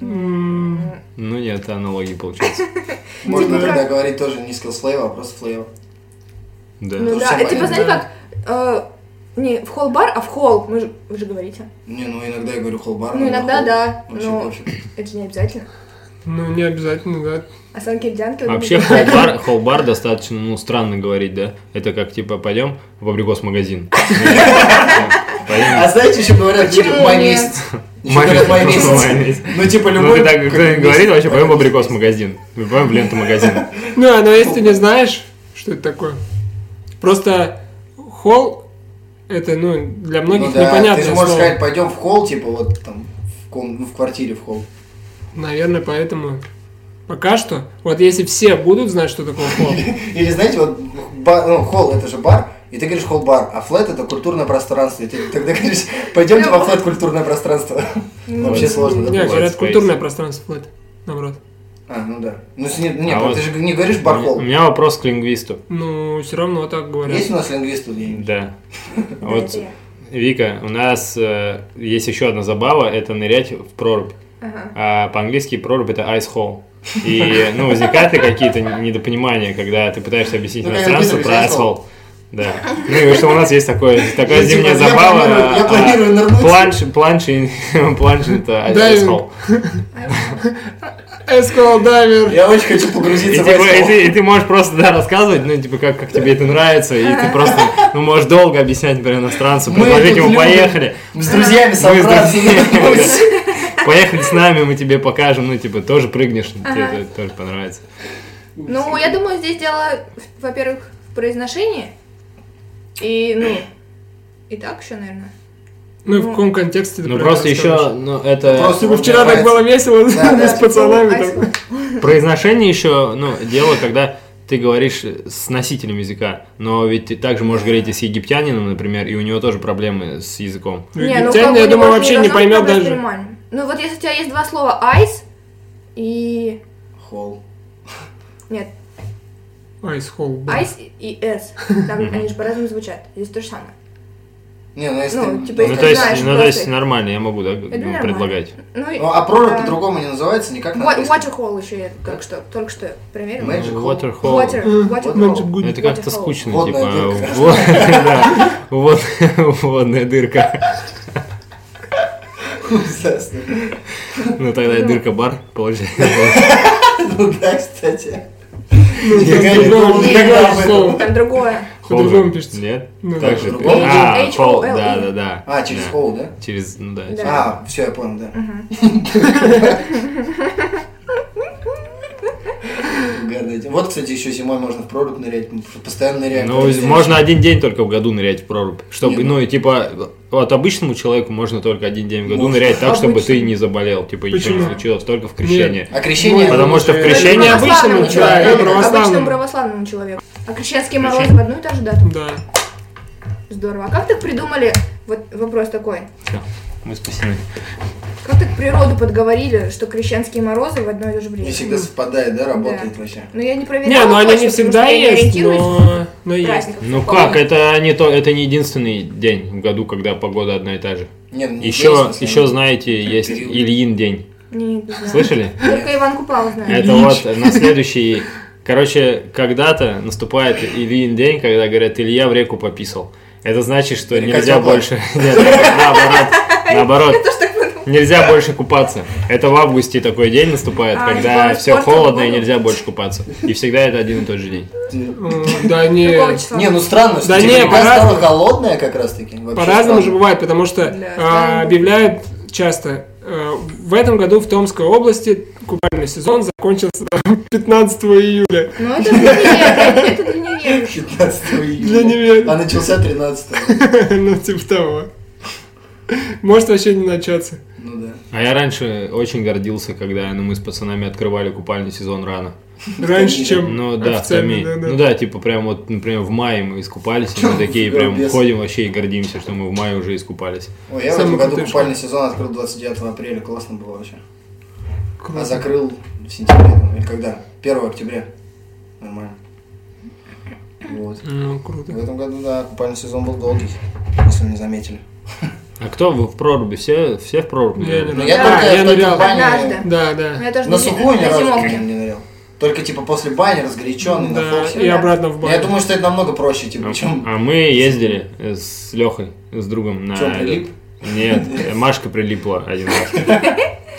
М, Ну нет, аналогии получается. Можно Типа иногда как- говорить тоже не скилл слейва, а просто флейва. Да. Ну Тут да, всё это типа, понятно. знаете, как... э, Не в холл-бар, а в холл. Мы же, вы же говорите. Не, ну иногда я говорю холбар. Ну, иногда да, ну. Вообще но- пофиг. Это же не обязательно. Ну, не обязательно, да. А санки ледянки... вот Вообще мы говорим. холл-бар, холл-бар достаточно, ну, странно говорить, да? Это как, типа, пойдем в абрикос-магазин. А Пойдем. знаете, еще говорят, Почему мой нет? месяц. Еще говорят, мой Магазин, месяц. магазин. Ну, типа, Ну, любой... Ну, ты так какой кто-нибудь говорит, месяц. вообще, пойдем в абрикос-магазин. Мы Пойдем в ленту-магазин. Ну, а но если ты не знаешь, что это такое. Просто холл это, ну, для многих Ну да, непонятное Ты же можешь слово. сказать, пойдем в холл, типа вот там в, ком- ну, в квартире в холл. Наверное, поэтому пока что. Вот если все будут знать, что такое холл, Или знаете, вот ба- ну, холл это же бар, и ты говоришь холл-бар, а флет это культурное пространство. И ты тогда говоришь, пойдемте Ну, во флет культурное пространство. Вообще сложно. Не, White говорят, space. культурное пространство это, наоборот. А, ну да. Ну с- нет, нет, А ну, вот- ты же не говоришь У меня- У бар-холл. меня вопрос к лингвисту. Ну, все равно так говорят. Есть у нас лингвист тут где-нибудь? Да. Да, Вот, это я. Вика, у нас э, есть еще одна забава, это нырять в прорубь. Ага. А по-английски прорубь это ice hole. И, ну, возникают ли какие-то недопонимания, когда ты пытаешься объяснить Ну, как иностранцу написано, про ice ice hole. hole? Да. Ну и что у нас есть такое, такая Я, типа, а зимняя я забава. планирую- я а- планирую нырнуть. Планш, планш, и- планш это Да, ice hole. Эскол дайвер. Я очень хочу И, погрузиться в типа, и ice ты, и ты можешь просто да, рассказывать, ну, типа, как, как тебе это нравится, и ты просто, ну, можешь долго объяснять, например, иностранцу, Мы предложить тут ему любим. «поехали», hole. Мы с друзьями Мы с собрались. друзьями. поехали с нами, мы тебе покажем, ну, типа, тоже прыгнешь, тебе Ага. это тоже понравится. Ну, я думаю, здесь дело, в- во-первых, в произношении. И, ну, и так еще, наверное. Ну и в каком контексте ты Ну, про просто это еще, рассказываешь? ну, это... Просто Типа вчера так Нравится. было весело Да, с пацанами. типа, там. Произношение еще, ну, дело, когда ты говоришь с носителем языка, но ведь ты также можешь говорить и с египтянином, например, и у него тоже проблемы с языком. Не, ну, Египтянин, как бы, я думаю, не должно- вообще не должно быть поймет проблем с даже. пониманием. Ну, вот если у тебя есть два слова «айс» и... Холл. Нет, Айс холл. «айс» и «с». Там они же по-разному звучат. Здесь то же самое. Не, ну если Ну, ты- типа, Ну, если то есть, знаешь ну, то просто. есть нормально, я могу, да, ну, нормально. предлагать. Ну, и- Ну, а прорубь да. по-другому не называется никак на Ва- английском. Waterhole еще я только что, только что Ну, проверила. Magic Hole. Water Hole. Water, Magic waterhole. Ну, Good. это как-то Water Hole. скучно, Водная типа, дырка. вот, да, вот, водная дырка. Ужасно. Ну, тогда и дырка-бар, получается. Ну да, кстати. Ну, просто Я говорю, другого- ну, другое да, слово. Там другое. По-другому пишется. Нет? Ну, Так да, же ты- по-другому. А, H-O-L-E. Hole, да, да, да. А, через Да. холл, да? Через, ну да. Да. А, все, я понял, да. Угадайте. Вот, кстати, еще зимой можно в прорубь нырять. Мы постоянно ныряем. Ну, Каждый день. можно один день только в году нырять в прорубь. Чтобы, Не, ну, и типа, вот обычному человеку можно только один день в году Можно. нырять так, чтобы ты Обычно. не заболел, типа, ничего не Почему? случилось, только в крещение. А крещение... Потому что в крещение- Это обычному православному человеку, человеку, Обычному православному. православному человеку. А крещенские морозы в одну и ту же дату. Да. Здорово. А как так придумали, вот вопрос такой, Всё, мы спасены. как так природу подговорили, что крещенские морозы в одно и то же время? Не всегда совпадает, да, работает Да. вообще. Ну я не проверяла. Не, ну они точно, не потому что всегда я не есть, ориентируюсь но, но в есть. праздниках. Ну По-моему. как, это не то, это не единственный день в году, когда погода одна и та же. Не, ну, не Еще, здесь, в смысле. еще знаете, есть период. Ильин день. Не, не знаю. Слышали? Только Иван Купала знает. Это вот на следующий... Короче, когда-то наступает Ильин день, когда говорят, Илья в реку пописал. Это значит, что Река нельзя тёплая. больше... Нет, наоборот. Наоборот. Нельзя больше купаться. Это в августе такой день наступает, А, когда не все спорт, холодно и футбол. нельзя больше купаться. И всегда это один и тот же день. Э, Да, не... Какого числа? Не, ну странно, что Да типа, не, река стала по-разному. холодная как раз-таки. Вообще По-разному странно. же бывает, потому что Да, а, странно. объявляют часто. э, В этом году в Томской области купальный сезон закончился 15 июля. Ну это для неверующих, это для неверующих. 15 июля. Для неверных. А начался 13 Ну, типа того. Может вообще не начаться. Ну да. А я раньше очень гордился, когда ну, мы с пацанами открывали купальный сезон рано. Раньше, чем Ну да, в официально, Томи. Ну да, типа прям вот, например, в мае мы искупались, и мы такие прям Балбес. ходим вообще и гордимся, что мы в мае уже искупались. Ой, я в Самый этом году крутой купальный сезон открыл 29 апреля, классно было вообще. А А Классно. закрыл в сентябре, там, или когда? 1 октября. Нормально. Вот. Ну, В круто. этом году, да, купальный сезон был долгий, если не заметили. А кто в в проруби? Все, все в проруби? Я не наверное? Да, Ну, я только в я той нырял. компании Однажды. Да, да. Я тоже на не- сухую ни на разу зимовке. не нырял. Только типа после бани, разгоряченный, на Да, фоксе. и обратно в Но Я бар. думаю, что это намного проще, типа, А- чем... А мы ездили э, с Лехой, с другом на... Чё, этот- прилип? Нет, э, Машка прилипла один раз.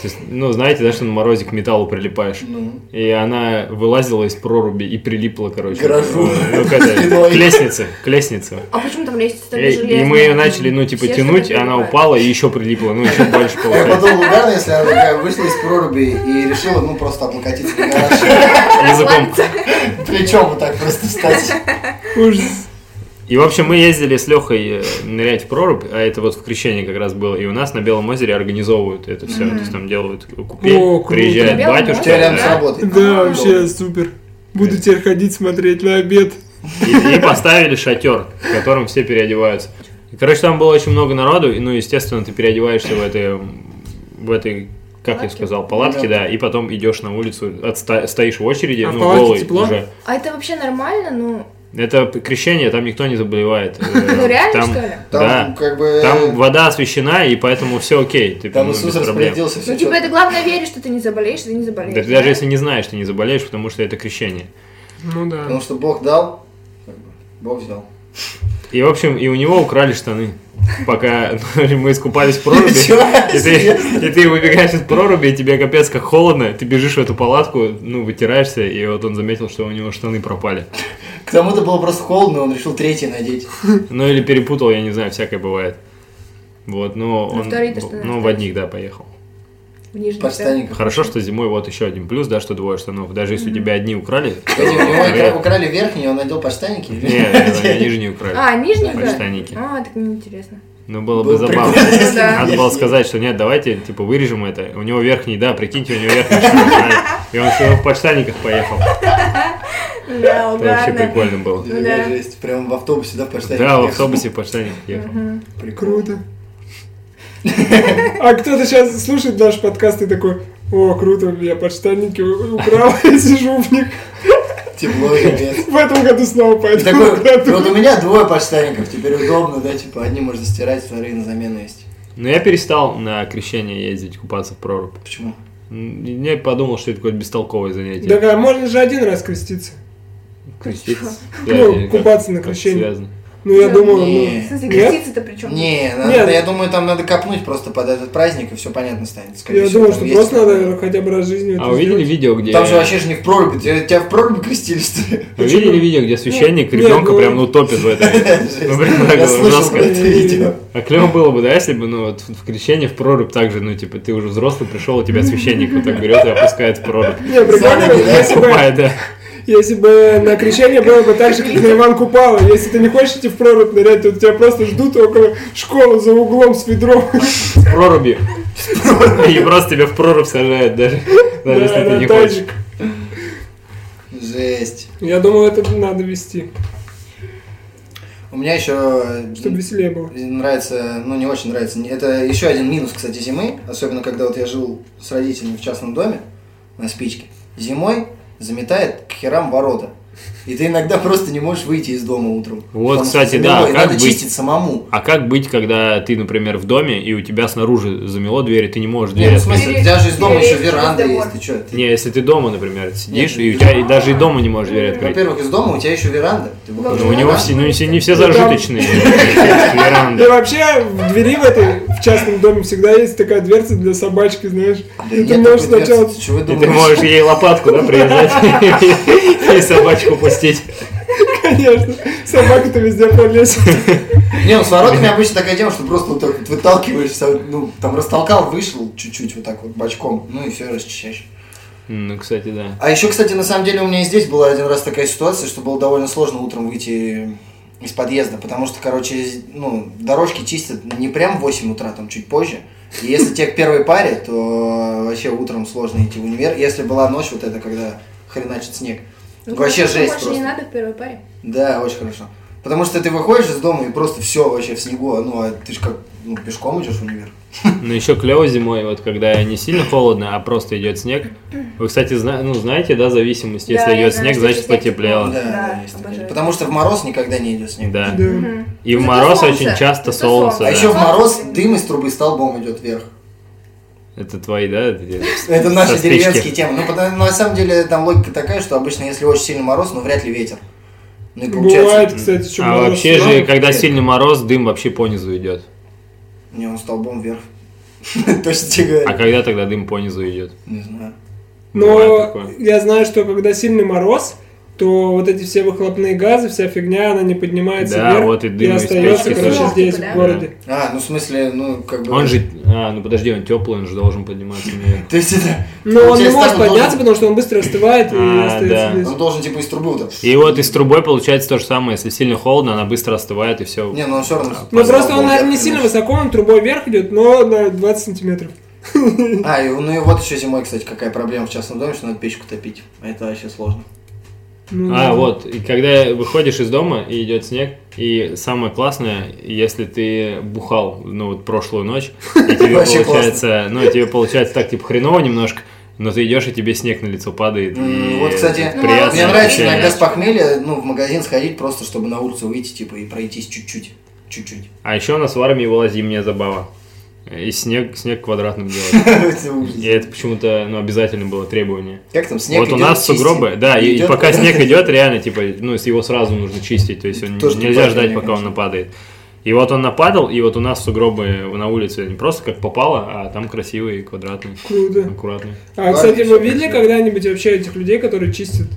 То есть, Ну, знаете, да, что на морозе к металлу прилипаешь? Ну, И она вылазила из проруби и прилипла, короче. К гаражу. Ну, к этой- к лестнице, к лестнице. А почему там лестница Э, И, такая железная? и мы ее начали, ну, типа, Все тянуть, и что-то она перебивают. упала и еще прилипла, ну, еще больше Я получается. подумал, угарно, если она такая вышла из проруби и решила, ну, просто облокотиться на гараж. Языком. Плечом вот так просто встать. Ужас. И, в общем, мы ездили с Лехой нырять в прорубь, а это вот в Крещении как раз было, и у нас на Белом озере организовывают это все, то есть там делают купель, О, круто. приезжает На Белом У батюшка, тебя рядом да, с работой. Да, вообще супер. Буду теперь ходить смотреть на обед. и, и поставили шатер, в котором все переодеваются. И, короче, там было очень много народу, и, ну, естественно, ты переодеваешься в этой, в этой как я Палатке? сказал, палатке, да, и потом идешь на улицу, отста- стоишь в очереди, А в ну, палатке голый тепло? уже. А это вообще нормально? Ну, Это крещение, там никто не заболевает. Э, ну реально, там- что ли? Да. Там, как бы... Там вода освещена, и поэтому все окей. Типа, Там ну, Иисус без проблем. распорядился все Ну, типа, это главное веришь, что ты не заболеешь, ты не заболеешь. Да ты даже если не знаешь, ты не заболеешь, потому что это крещение. Ну да. Потому что Бог дал, как бы, Бог взял. И, в общем, и у него украли штаны. Пока мы искупались в проруби, и ты, и ты выбегаешь из проруби, и тебе капец как холодно, ты бежишь в эту палатку, ну, вытираешься, и вот он заметил, что у него штаны пропали. К тому-то было просто холодно, он решил третий надеть. Ну, или перепутал, я не знаю, всякое бывает. Вот, но Ну, он вторые-то штаны ну, в остались. одних, да, поехал. в нижний Подстань. Хорошо, что зимой вот еще один плюс, да, что двое штанов. Даже если у тебя одни украли, то Эти у него укра- вторые- украли верхний, он надел подштанники? или- Не, они же не украли. А, нижний Да, да? подштанники. А, так неинтересно. Ну, было бы Было забавно. прикольно, Ну если бы Надо есть. было сказать, что нет, давайте, типа, вырежем это. У него верхний, да, прикиньте, у него верхний. штаны украли. И он всё в подштанниках поехал. Да, Это вообще угарно. прикольно было. Да, Да. жесть. Прям в автобусе, да, в подштанниках? Да, в автобусе в подштанниках ехал. Прикольно. Круто. А кто-то сейчас слушает наш подкаст и такой, о, круто, я подштанники у- украл, я сижу в них. Тепло и вес. В этом году снова И пойду такой, украду. вот у меня двое подштанников, теперь удобно, да, типа, одни можно стирать, вторые на замену есть. Но я перестал на крещение ездить купаться в прорубь. Почему? М, Я подумал, что это какое-то бестолковое занятие. Да, а можно же один раз креститься. Креститься. Ну, Я- я- купаться на как крещении. связано. Ну, я Да. думал, Не. ну... В смысле, Нет? креститься-то при чем? Не, надо- Нет. я думаю, там надо копнуть просто под этот праздник, и все понятно станет. скорее ну, Я всего, думал, там что есть- просто надо хотя бы раз в жизни А это увидели сделать. видео, где... Там же вообще же не в проруби, тебя тебя в проруби крестили, что ли? Вы видели видео, где священник Нет, ребенка ну- прям ну топит в этом? Ну, блин, Я так слышал про жестко. это видео. А клево было бы, да, если бы, ну, вот в крещении, в прорубь также, ну, типа, ты уже взрослый, пришел, у тебя священник вот так берет и опускает в прорубь. Не, прикольно, Сами, да, если бы, Купает, да. если бы на крещение было бы так же, как на Иван Купала. Если ты не хочешь идти в прорубь нырять, то тебя просто ждут около школы за углом с ведром. В проруби. И просто тебя в прорубь сажают даже, даже Да, если ты на не хочешь. тазик. Жесть. Я думаю, это надо вести, У меня еще чтобы веселее было. нравится, ну не очень нравится. Не- Это еще один минус, кстати, зимы, особенно когда вот я жил с родителями в частном доме на спичке. Зимой заметает к херам ворота. И ты иногда просто не можешь выйти из дома утром. Вот, Потому что кстати, да, замело, и как надо быть? чистить самому. А как быть, когда ты, например, в доме, и у тебя снаружи замело дверь, и ты не можешь Нет, дверь в смысле, Пере- у тебя же из дома еще перелезть через веранда забор. есть, ты что? Не, если ты дома, например, сидишь, Нет, и у ты- тебя и даже и дома не можешь дверь открыть. Во-первых, из дома у тебя еще веранда. Ты выходишь Ну, у на него веранду. все, ну, все- не все Ну, там- зажиточные. Веранда. Да вообще, в двери в этой, в частном доме всегда есть такая дверца для собачки, знаешь. Да и нет, ты такой можешь дверцы, сначала... ты чего И ты думаешь? можешь ей лопатку, да, привязать и собачку пустить. Конечно, собака-то везде пролезет. Не, ну с воротами обычно такая тема, что просто вот так вот выталкиваешься, ну, там растолкал, вышел чуть-чуть вот так вот бочком, ну и все, расчищаешь. Ну, кстати, да. А еще, кстати, на самом деле у меня и здесь была один раз такая ситуация, что было довольно сложно утром выйти из подъезда, потому что, короче, из- ну, дорожки чистят не прям в 8 утра, там чуть позже. И если тебе к первой паре, то вообще утром сложно идти в универ. Если была ночь, вот это, когда хреначит снег. Ну, вообще конечно, жесть больше просто. не надо в первой паре. Да, очень хорошо. Потому что ты выходишь из дома и просто все вообще в снегу, ну а ты же как ну, пешком идешь в универ. Но еще клево Ну, зимой, вот когда не сильно холодно, а просто идет снег. Вы, кстати, зна- ну, знаете, да, зависимость, если Да, я идет знаю, снег, что значит если снег, потеплело. то Да, есть обожаю. такое. Потому что в мороз никогда не идет снег. Да. Да. Мгм. И в Ну, мороз зато очень часто зато солнце, А да. еще в мороз дым из трубы столбом идет вверх. Это твои, да? эти- Это наши со спички? деревенские темы. Ну, потому- ну, на самом деле там логика такая, что обычно если очень сильный мороз, ну вряд ли ветер. Ну и получается. Бывает, кстати, что А мало вообще всего. же, снег. когда сильный мороз, дым вообще понизу идет. Не, он столбом вверх. Точно тебе А говорю. когда тогда дым понизу идет? Не знаю. Бывает Но такое. я знаю, что когда сильный мороз, то вот эти все выхлопные газы, вся фигня, она не поднимается Да, вверх вот и дым из остается, печки короче, тоже. здесь, Да. в городе. А, ну в смысле, ну как бы... Он же... А, ну подожди, он теплый, он же должен подниматься наверх. То есть это... Но он не получается, может там он подняться, должен- потому что он быстро остывает и А, да. остается здесь. Он должен типа из трубы вот так... И вот и с трубой получается то же самое. Если сильно холодно, она быстро остывает и все. Не, ну он все равно... Ну просто столбом он, наверное, вверх, не сильно конечно. высоко, он трубой вверх идет, но на 20 сантиметров. А, и, ну и вот еще зимой, кстати, какая проблема в частном доме, что надо печку топить. А Это вообще сложно. Ну, А, да. вот, и когда выходишь из дома и идет снег, и самое классное, если ты бухал, ну, вот прошлую ночь, и тебе Вообще получается, ну, и тебе получается так, типа, хреново немножко, но ты идешь, и тебе снег на лицо падает. М, и вот, кстати, это Ну, приятное молодцы. Мне нравится ощущение. иногда с похмелья, ну, в магазин сходить просто, чтобы на улицу выйти, типа, и пройтись чуть-чуть. Чуть-чуть. А еще у нас в армии была зимняя забава. И снег, снег квадратным делали. Это ужас. И это почему-то, ну, обязательно было требование. Как там, снег вот у идет, нас чистим. сугробы, да, и, и Идет пока куда-то. снег идет, реально, типа, ну, его сразу нужно чистить, то есть он Тоже нельзя не ждать, падает, пока он конечно. нападает. И вот он нападал, и вот у нас сугробы на улице не просто как попало, а там красивые, квадратные, Круто. аккуратные. А, Ладно, кстати, всё вы видели красиво. когда-нибудь вообще этих людей, которые чистят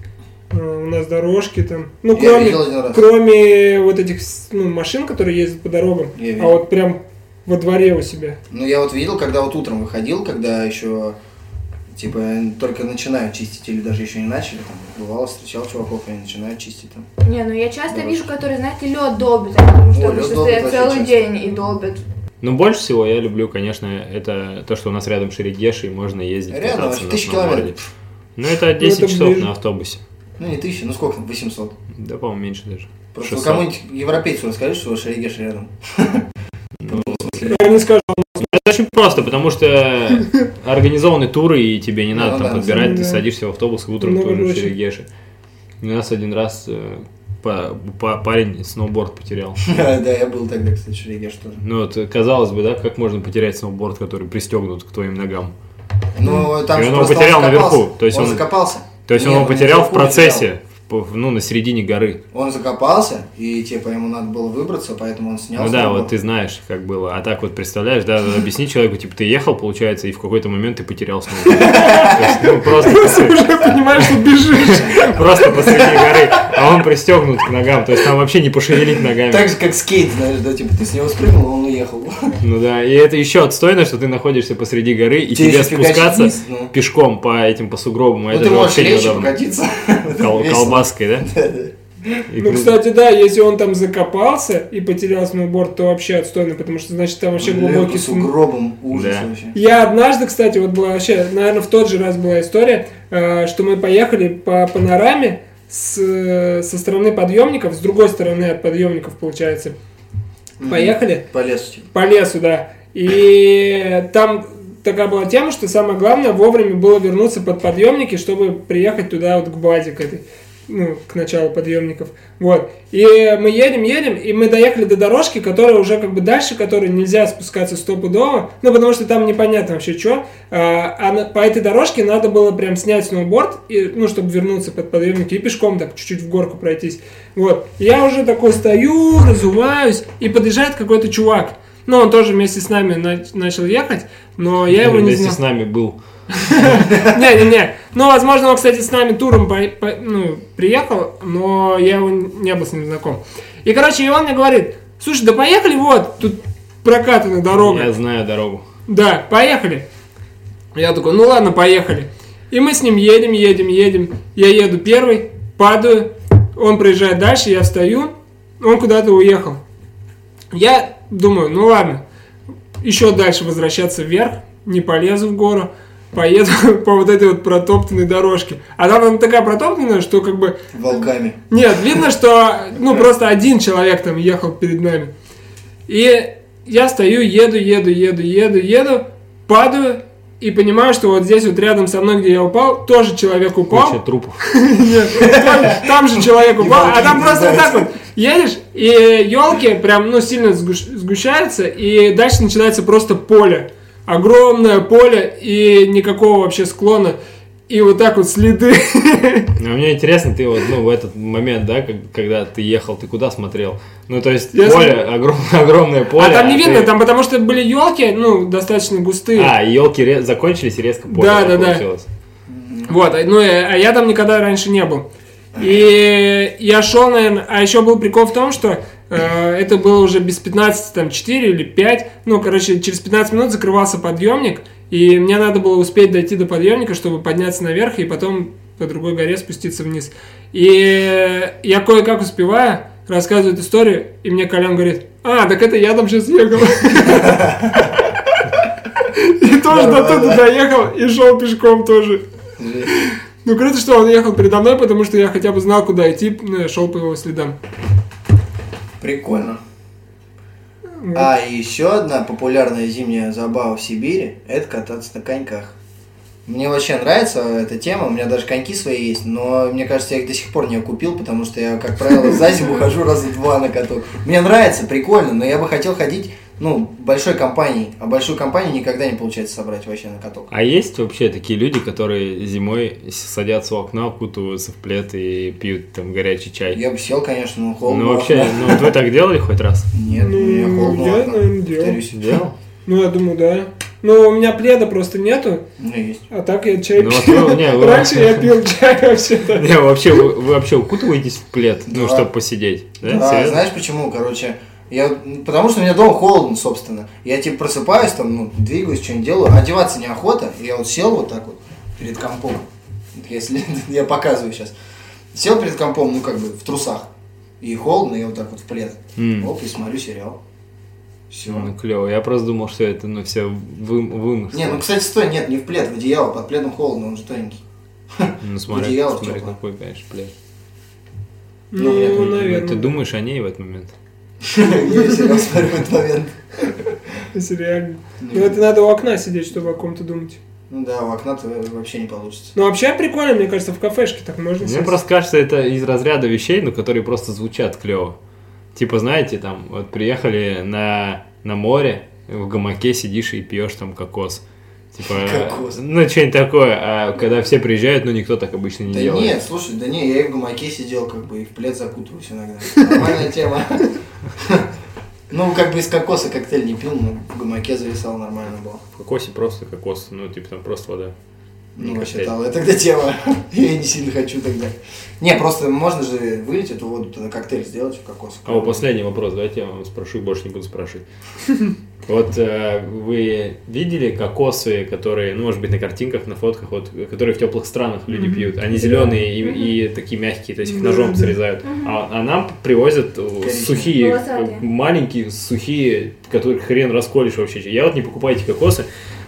э, у нас дорожки там? Ну, Я кроме, видел один раз. кроме вот этих ну, машин, которые ездят по дорогам, Я а видел. вот прям во дворе у себя. Ну, я вот видел, когда вот утром выходил, когда еще типа только начинают чистить или даже еще не начали, там, бывало, встречал чуваков, и они начинают чистить там. Не, ну я часто Дорожка. вижу, которые, знаете, лед долбят, потому что О, обычно лёд долбят стоят вообще целый часто. день и долбят. Ну, больше всего я люблю, конечно, это то, что у нас рядом Шерегеш, и можно ездить Рядом, кататься вообще на тысяча сноуборде. километров. Ну, это 10 это часов ближе. на автобусе. Ну, не тысяча, ну сколько там, 800. Да, по-моему, меньше даже. Просто вы 600. кому-нибудь европейцу расскажите, что Шерегеш рядом. Они скажут, Это очень просто, потому что организованы туры, и тебе не Ну, надо там да. Ну, подбирать, ты Да. садишься в автобус, и утром Много тоже в проще. Шерегеше. У нас один раз э, па- па- парень сноуборд потерял. Да, я был тогда, кстати, в Шерегеш тоже. Ну вот, э, казалось бы, да, как можно потерять сноуборд, который пристегнут к твоим ногам? Но Ну, там И же он его просто потерял закопался. наверху, то есть он он- закопался. То есть Не, он его потерял в наверху не процессе, в- ну, на середине горы. Он закопался, и типа ему надо было выбраться, поэтому он снял. Ну да, сноуборд. вот ты знаешь, как было. А так вот представляешь, да, да, объясни человеку, типа ты ехал, получается, и в какой-то момент ты потерял сноуборд. То есть, ну, ты просто, уже понимаешь, что бежишь. просто посреди горы, а он пристегнут к ногам, то есть там вообще не пошевелить Так ногами. же, как скейт, знаешь, да, типа ты с него спрыгнул, а он уехал. Ну да, и это еще отстойно, что ты находишься посреди горы, и тебе еще фигачить спускаться вниз, ну. пешком по этим, по сугробам, Ну а это ты же можешь вообще лечь и неудобно. покатиться. Кол- Весело. Колбаской, да? И Ну, груз- кстати, да, если он там закопался и потерял сноуборд, то вообще отстойно, потому что, значит, там вообще Блин, глубокий по сноуборд. сугробам ужас Да. вообще. Я однажды, кстати, вот была вообще, наверное, в тот же раз была история, э, что мы поехали по панораме с, э, со стороны подъемников, с другой стороны от подъемников, получается. Мгм. Поехали По лесу, типа. по лесу, да. И там такая была тема, что самое главное вовремя было вернуться под подъемники, чтобы приехать туда вот к базе, к этой, ну, к началу подъемников. Вот. И мы едем, едем, и мы доехали до дорожки, которая уже как бы дальше, которой нельзя спускаться стопудово, ну, потому что там непонятно вообще что. А, а на- по этой дорожке надо было прям снять сноуборд, и, ну, чтобы вернуться под подъемники, и пешком так чуть-чуть в горку пройтись. Вот. Я уже такой стою, разуваюсь, и подъезжает какой-то чувак. Ну, он тоже вместе с нами на- начал ехать, но я его не вместе с знал. нами был. Не-не-не. Ну, возможно, он, кстати, с нами туром по- по- ну, приехал, но я его н- не был с ним знаком. И, короче, и он мне говорит, слушай, да поехали вот, тут прокатана дорога. Я знаю дорогу. Да, поехали. Я такой, ну ладно, поехали. И мы с ним едем, едем, едем. Я еду первый, падаю. Он проезжает дальше, я встаю. Он куда-то уехал. Я думаю, ну ладно, еще дальше возвращаться вверх, не полезу в гору, поеду по вот этой вот протоптанной дорожке. А там она такая протоптанная, что как бы Волками. нет, видно, что ну просто один человек там ехал перед нами. И я стою, еду, еду, еду, еду, еду, падаю и понимаю, что вот здесь вот рядом со мной, где я упал, тоже человек Куча упал. трупов. Нет, там, там же человек упал, а там волки просто вот так кидаются. вот едешь, и елки прям ну сильно сгуш- сгущаются, и дальше начинается просто поле. Огромное поле и никакого вообще склона. И вот так вот следы. Но А мне интересно, ты вот, ну, в этот момент, да, как- когда ты ехал, ты куда смотрел? Ну, то есть, Я поле, огром- огромное поле. а там не ты- видно, там потому что были елки, ну, достаточно густые. А, елки закончились и резко поле. Да, так да, да. получилось. Вот, а- ну, э, а я там никогда раньше не был. И я шел, наверное, а еще был прикол в том, что э, это было уже без 15, там, 4 или 5, ну, короче, через 15 минут закрывался подъемник, и мне надо было успеть дойти до подъемника, чтобы подняться наверх и потом по другой горе спуститься вниз. И я кое-как успеваю, рассказывают историю, и мне Колян говорит, а, так это я там сейчас ехал. И тоже до туда доехал, и шел пешком тоже. Ну, круто, что он ехал передо мной, потому что я хотя бы знал, куда идти, ну, я шел по его следам. Прикольно. Ну, А еще одна популярная зимняя забава в Сибири – это кататься на коньках. Мне вообще нравится эта тема, у меня даже коньки свои есть, но мне кажется, я их до сих пор не купил, потому что я, как правило, за зиму хожу раза два на каток. Мне нравится, прикольно, но я бы хотел ходить, ну, большой компанией, а большую компанию никогда не получается собрать вообще на каток. А есть вообще такие люди, которые зимой с- садятся у окна, укутываются в плед и пьют там горячий чай? Я бы сел, конечно, но холодно. Ну, вообще, ну, вот вы так делали хоть раз? Нет, у меня Ну, холодно. я, ладно. наверное, делал. Повторюсь. Делал? Ну, я думаю, да. Ну, у меня пледа просто нету, У меня Ну, есть. а так я чай Ну, пью. вот вы- не, вы- Раньше я пил чай вообще-то. Не, вообще, вы, вы вообще укутываетесь в плед, ну, Да. чтобы посидеть, да? Да, Серьезно? знаешь А, почему? Короче, Я, ну, потому что у меня дома холодно, собственно. Я типа просыпаюсь, там, ну, двигаюсь, что-нибудь делаю, одеваться неохота. И я вот сел вот так вот перед компом. Вот Если я показываю сейчас. Сел перед компом, ну как бы в трусах. И холодно, я вот так вот в плед. М. Оп, и смотрю сериал. Все. Ну, клево. Я просто думал, что это, ну, все вы, вымысл. Не, ну кстати, стой, нет, не в плед, в одеяло, под пледом холодно, он же тоненький. Ну, смотря- одеяло смотря теплое. какой, конечно, блядь. Ну, Ну, вряд ли. наверное. Ты думаешь о ней в этот момент? Я сериал смотрю в этот момент. Если реально. Ну, Ну это надо у окна сидеть, чтобы о ком-то думать. да, у окна то вообще не получится. Ну, вообще прикольно, мне кажется, в кафешке так можно Мне сесть. просто кажется, это из разряда вещей, ну, которые просто звучат клево. Типа, знаете, там, вот приехали на, на море, в гамаке сидишь и пьешь там кокос. Типа, Кокос. ну, что-нибудь такое, а когда все приезжают, ну, никто так обычно не Да делает. нет, слушай, да не, я и в гамаке сидел, как бы, и в плед закутываюсь иногда. Нормальная тема. Ну, как бы из кокоса коктейль не пил, но в гамаке зависал, нормально было. В кокосе просто кокос, ну, типа, там просто вода. Ну, Не вообще, коктейль. да, тогда тема. Я не сильно хочу тогда. Не, просто можно же вылить эту воду, тогда коктейль сделать в кокос. А вот последний вопрос, давайте я вам спрошу, и больше не буду спрашивать. Вот э, вы видели кокосы, которые, ну, может быть, на картинках, на фотках, вот, которые в теплых странах люди Мгм. пьют? Они зеленые и, и такие мягкие, то есть их ножом Да-да-да. срезают. А, а нам привозят э, сухие, Полосатые. э, маленькие, сухие, которые хрен расколешь вообще. Я вот не покупаю эти кокосы,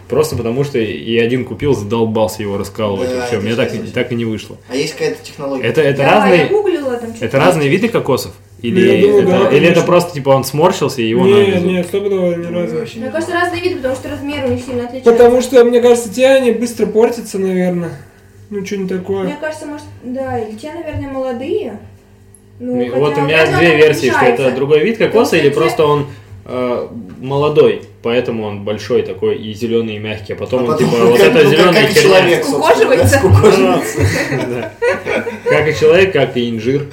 просто потому что я один купил, задолбался его раскалывать. Да, вообще. У это меня так, и- жесть. так и не вышло. А есть какая-то технология? Это, это да, разные... я гуглила там что-то. Это разные виды кокосов? Или, Я думаю, это, да, или это конечно. просто типа он сморщился и его Ну, Нет, навезут? нет, стопудово ни разу. вообще не Мне кажется, разные виды, потому что размер у них сильно отличается. Потому что, мне кажется, те они быстро портятся, наверное. Ну, что-нибудь Мне такое. кажется, может, да, или те, наверное, молодые. Ну, Ну, хотя, вот у меня наверное, две оно версии, что это отличается. другой вид Потому кокоса что или те- просто он э, молодой, поэтому он большой такой и зеленый и мягкий, а потом он типа вот как- это ну, зеленая как и человек, херня. собственно, Скукоживается. да, скукоживается. Да. Как и человек, как и инжир.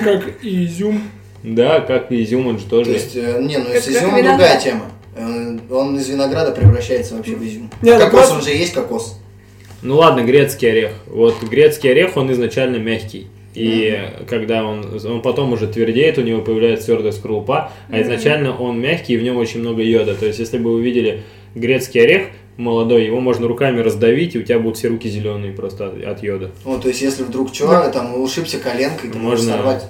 Как и изюм. Да, как и изюм, он же То тоже. есть, э, не, ну Как- с как изюмом виноград. другая тема. Э, Он из винограда превращается вообще в изюм. Не, ну кокос, просто- он же есть кокос. Ну ладно, грецкий орех. Вот грецкий орех, он изначально мягкий. И когда он, он потом уже твердеет, у него появляется твердая скорлупа, а изначально он мягкий и в нем очень много йода. То есть, если бы вы видели грецкий орех молодой, его можно руками раздавить, и у тебя будут все руки зеленые просто от, от йода. Ну, то есть, если вдруг что, Да. там ушибся коленкой, ты можешь Можно. сорвать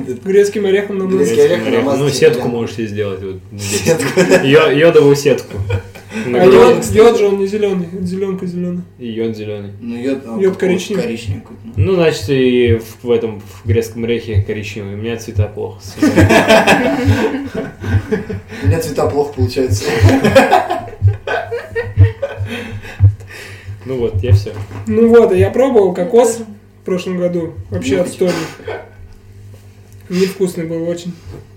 Грецким орехом на Грецкий мозг. орех намазать Ну, себе сетку прям. можете сделать вот здесь. сетку. Йо- йодовую сетку. А На груди. йод, йод же он не зеленый, зеленка зеленая. И йод зеленый. Ну, йод, а, Йод какой-то коричневый. коричневый какой-то, ну. Ну, значит, и в, в этом, в грецком орехе коричневый. У меня цвета плохо. У меня цвета плохо получаются. Ну вот, я все. Ну вот, я пробовал кокос в прошлом году. Вообще Не отстойный. Невкусный был очень.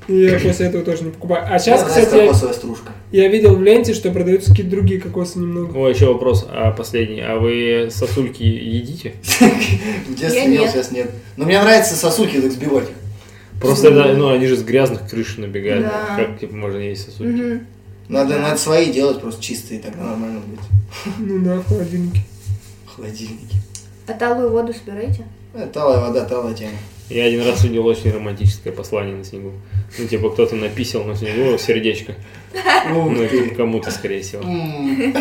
И я после этого тоже не покупаю. А сейчас, Да, кстати, знаешь, я, кокосовая стружка. я видел в ленте, что продаются какие-то другие кокосы немного. О, еще вопрос а, последний. А вы сосульки едите? В детстве Я ел, нет. сейчас нет. Но мне нравится сосульки так сбивать. их. Просто это, ну, они же с грязных крыш набегают. Да. Как типа, можно есть сосульки? Мгм. Надо, надо свои делать просто чистые, тогда нормально будет. Ну да, в холодильнике. В холодильнике. А талую воду собираете? Э, Талая вода, талая тема. Я один раз увидел очень романтическое послание на снегу. Ну, типа, кто-то написал на снегу сердечко. Ну, Ух это ты. кому-то, скорее всего. М.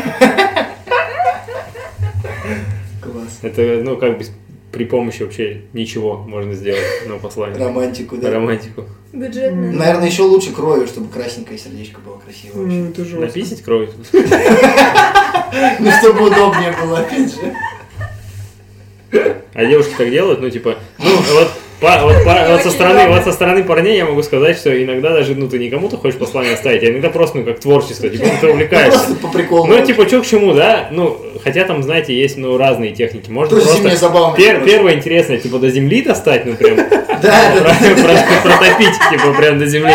Класс. Это, ну, как бы при помощи вообще ничего можно сделать, но послание. Романтику, да. Романтику. Бюджетная. Наверное, еще лучше кровью, чтобы красненькое сердечко было красиво Ну, вообще. это жестко. Написать кровь? Ну, чтобы удобнее было, опять же. Ну, А девушки так делают, ну, типа, ну, вот, па- вот па- вот со, Очень стороны, удобно. вот со стороны парней я могу сказать, что иногда даже, ну, ты не кому-то хочешь послание оставить, а иногда просто, ну, как творчество, типа, ну, ты увлекаешься. Просто по приколу. Ну, типа, что к чему, да? Ну, хотя там, знаете, есть, ну, разные техники. Можно Тоже просто... зимняя забава. Пер- короче. первое интересное, типа, до земли достать, ну, прям, Да, да, про- да. про- протопить, типа, прям до земли.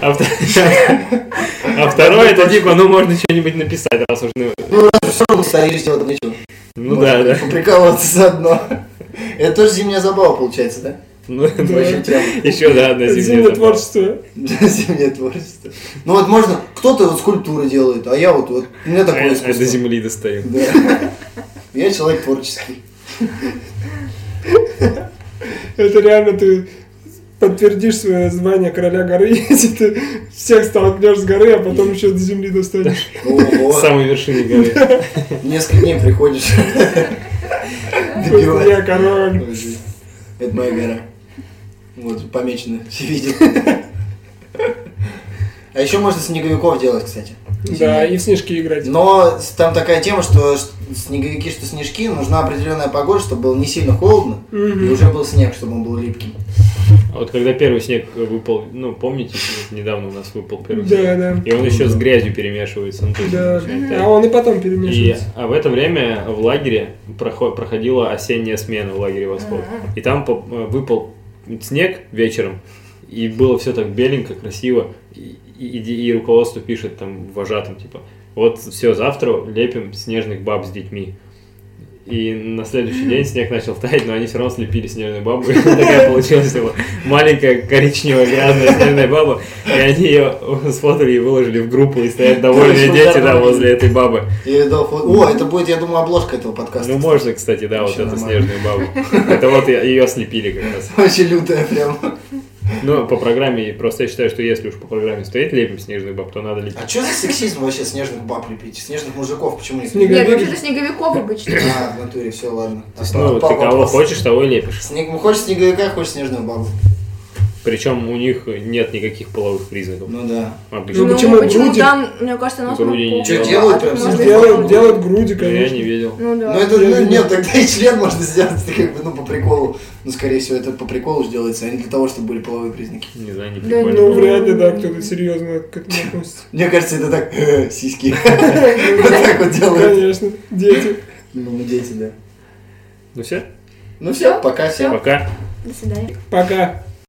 А вто- а второе, это, типа, ну, можно что-нибудь написать, раз уж, ну, Все равно стоишь, делать нечего. ну, Можно да, да. Поприкалываться заодно. Это тоже зимняя забава получается, да? Ну, Вообще тема. Еще, да, одна Зимнее земля. творчество. Да, Зимнее творчество. Ну вот можно, кто-то вот скульптуры делает, а я вот, вот у меня такое До искусство. земли достаем. Да. Я человек творческий. Это реально ты под утвердишь свое звание короля горы, если ты всех столкнешь с горы, а потом еще до земли достанешь. С Ого, самой вершины горы. несколько дней приходишь. Добивать. Я король. Подожди. Это моя гора. Вот, помечено, все видят. А еще можно снеговиков делать, кстати. Да, и в снежки играть. Но с- там такая тема, что ш- снеговики, что снежки, нужна определенная погода, чтобы было не сильно холодно, и Мгм. уже был снег, чтобы он был липким. А Вот когда первый снег выпал, ну, помните, недавно у нас выпал первый Да, снег? да. И он еще с грязью перемешивается. ну, то есть Да. начинает А таять. он и потом И перемешивается. а в это время в лагере прохо- проходила осенняя смена в лагере Восход. И там по- э, выпал снег вечером, и было все так беленько, красиво. И, и- и- и руководство пишет там вожатым, типа, вот все, завтра лепим снежных баб с детьми. И на следующий день снег начал таять, но они все равно слепили снежную бабу. И такая получилась его маленькая коричневая грязная снежная баба. И они ее сфотали и выложили в группу, и стоят довольные Короче, дети да, здорово. возле этой бабы. И дал фото- О, это будет, я думаю, обложка этого подкаста. Ну, можно, кстати, да, вот Вообще эту нормально. снежную бабу. Это вот ее слепили как раз. Очень лютая прям. Ну, по программе, просто я считаю, что если уж по программе стоит лепим снежных баб, то надо лепить. А что за сексизм вообще снежных баб лепить? Снежных мужиков почему не Снег- снег? Нет, вообще-то снеговиков обычно. А, в натуре, все, ладно. То есть, ну, ты кого хочешь, того и лепишь. Снег... ну, Хочешь снеговика, хочешь снежную бабу. Причем у них нет никаких половых признаков. Ну да. Ну, Обычно. Ну, почему груди? там, мне кажется, нос Груди не мог- Чё, делают. делают а прям? тут можно Делают, и- делают груди, Я не конечно. видел. Ну да. Ну это, Я ну, люблю. нет, тогда и член можно сделать, как бы, ну, по приколу. Ну, скорее всего, это по приколу же делается, а не для того, чтобы были половые признаки. Не знаю, не Да, прикольно. Ну, вряд ли, да, кто-то серьезно к этому относится. Мне кажется, это так, «Э, сиськи. Вот так вот делают. Конечно, дети. Ну, дети, да. Ну все, Ну все, пока, всем. Всё. пока. До свидания. Пока.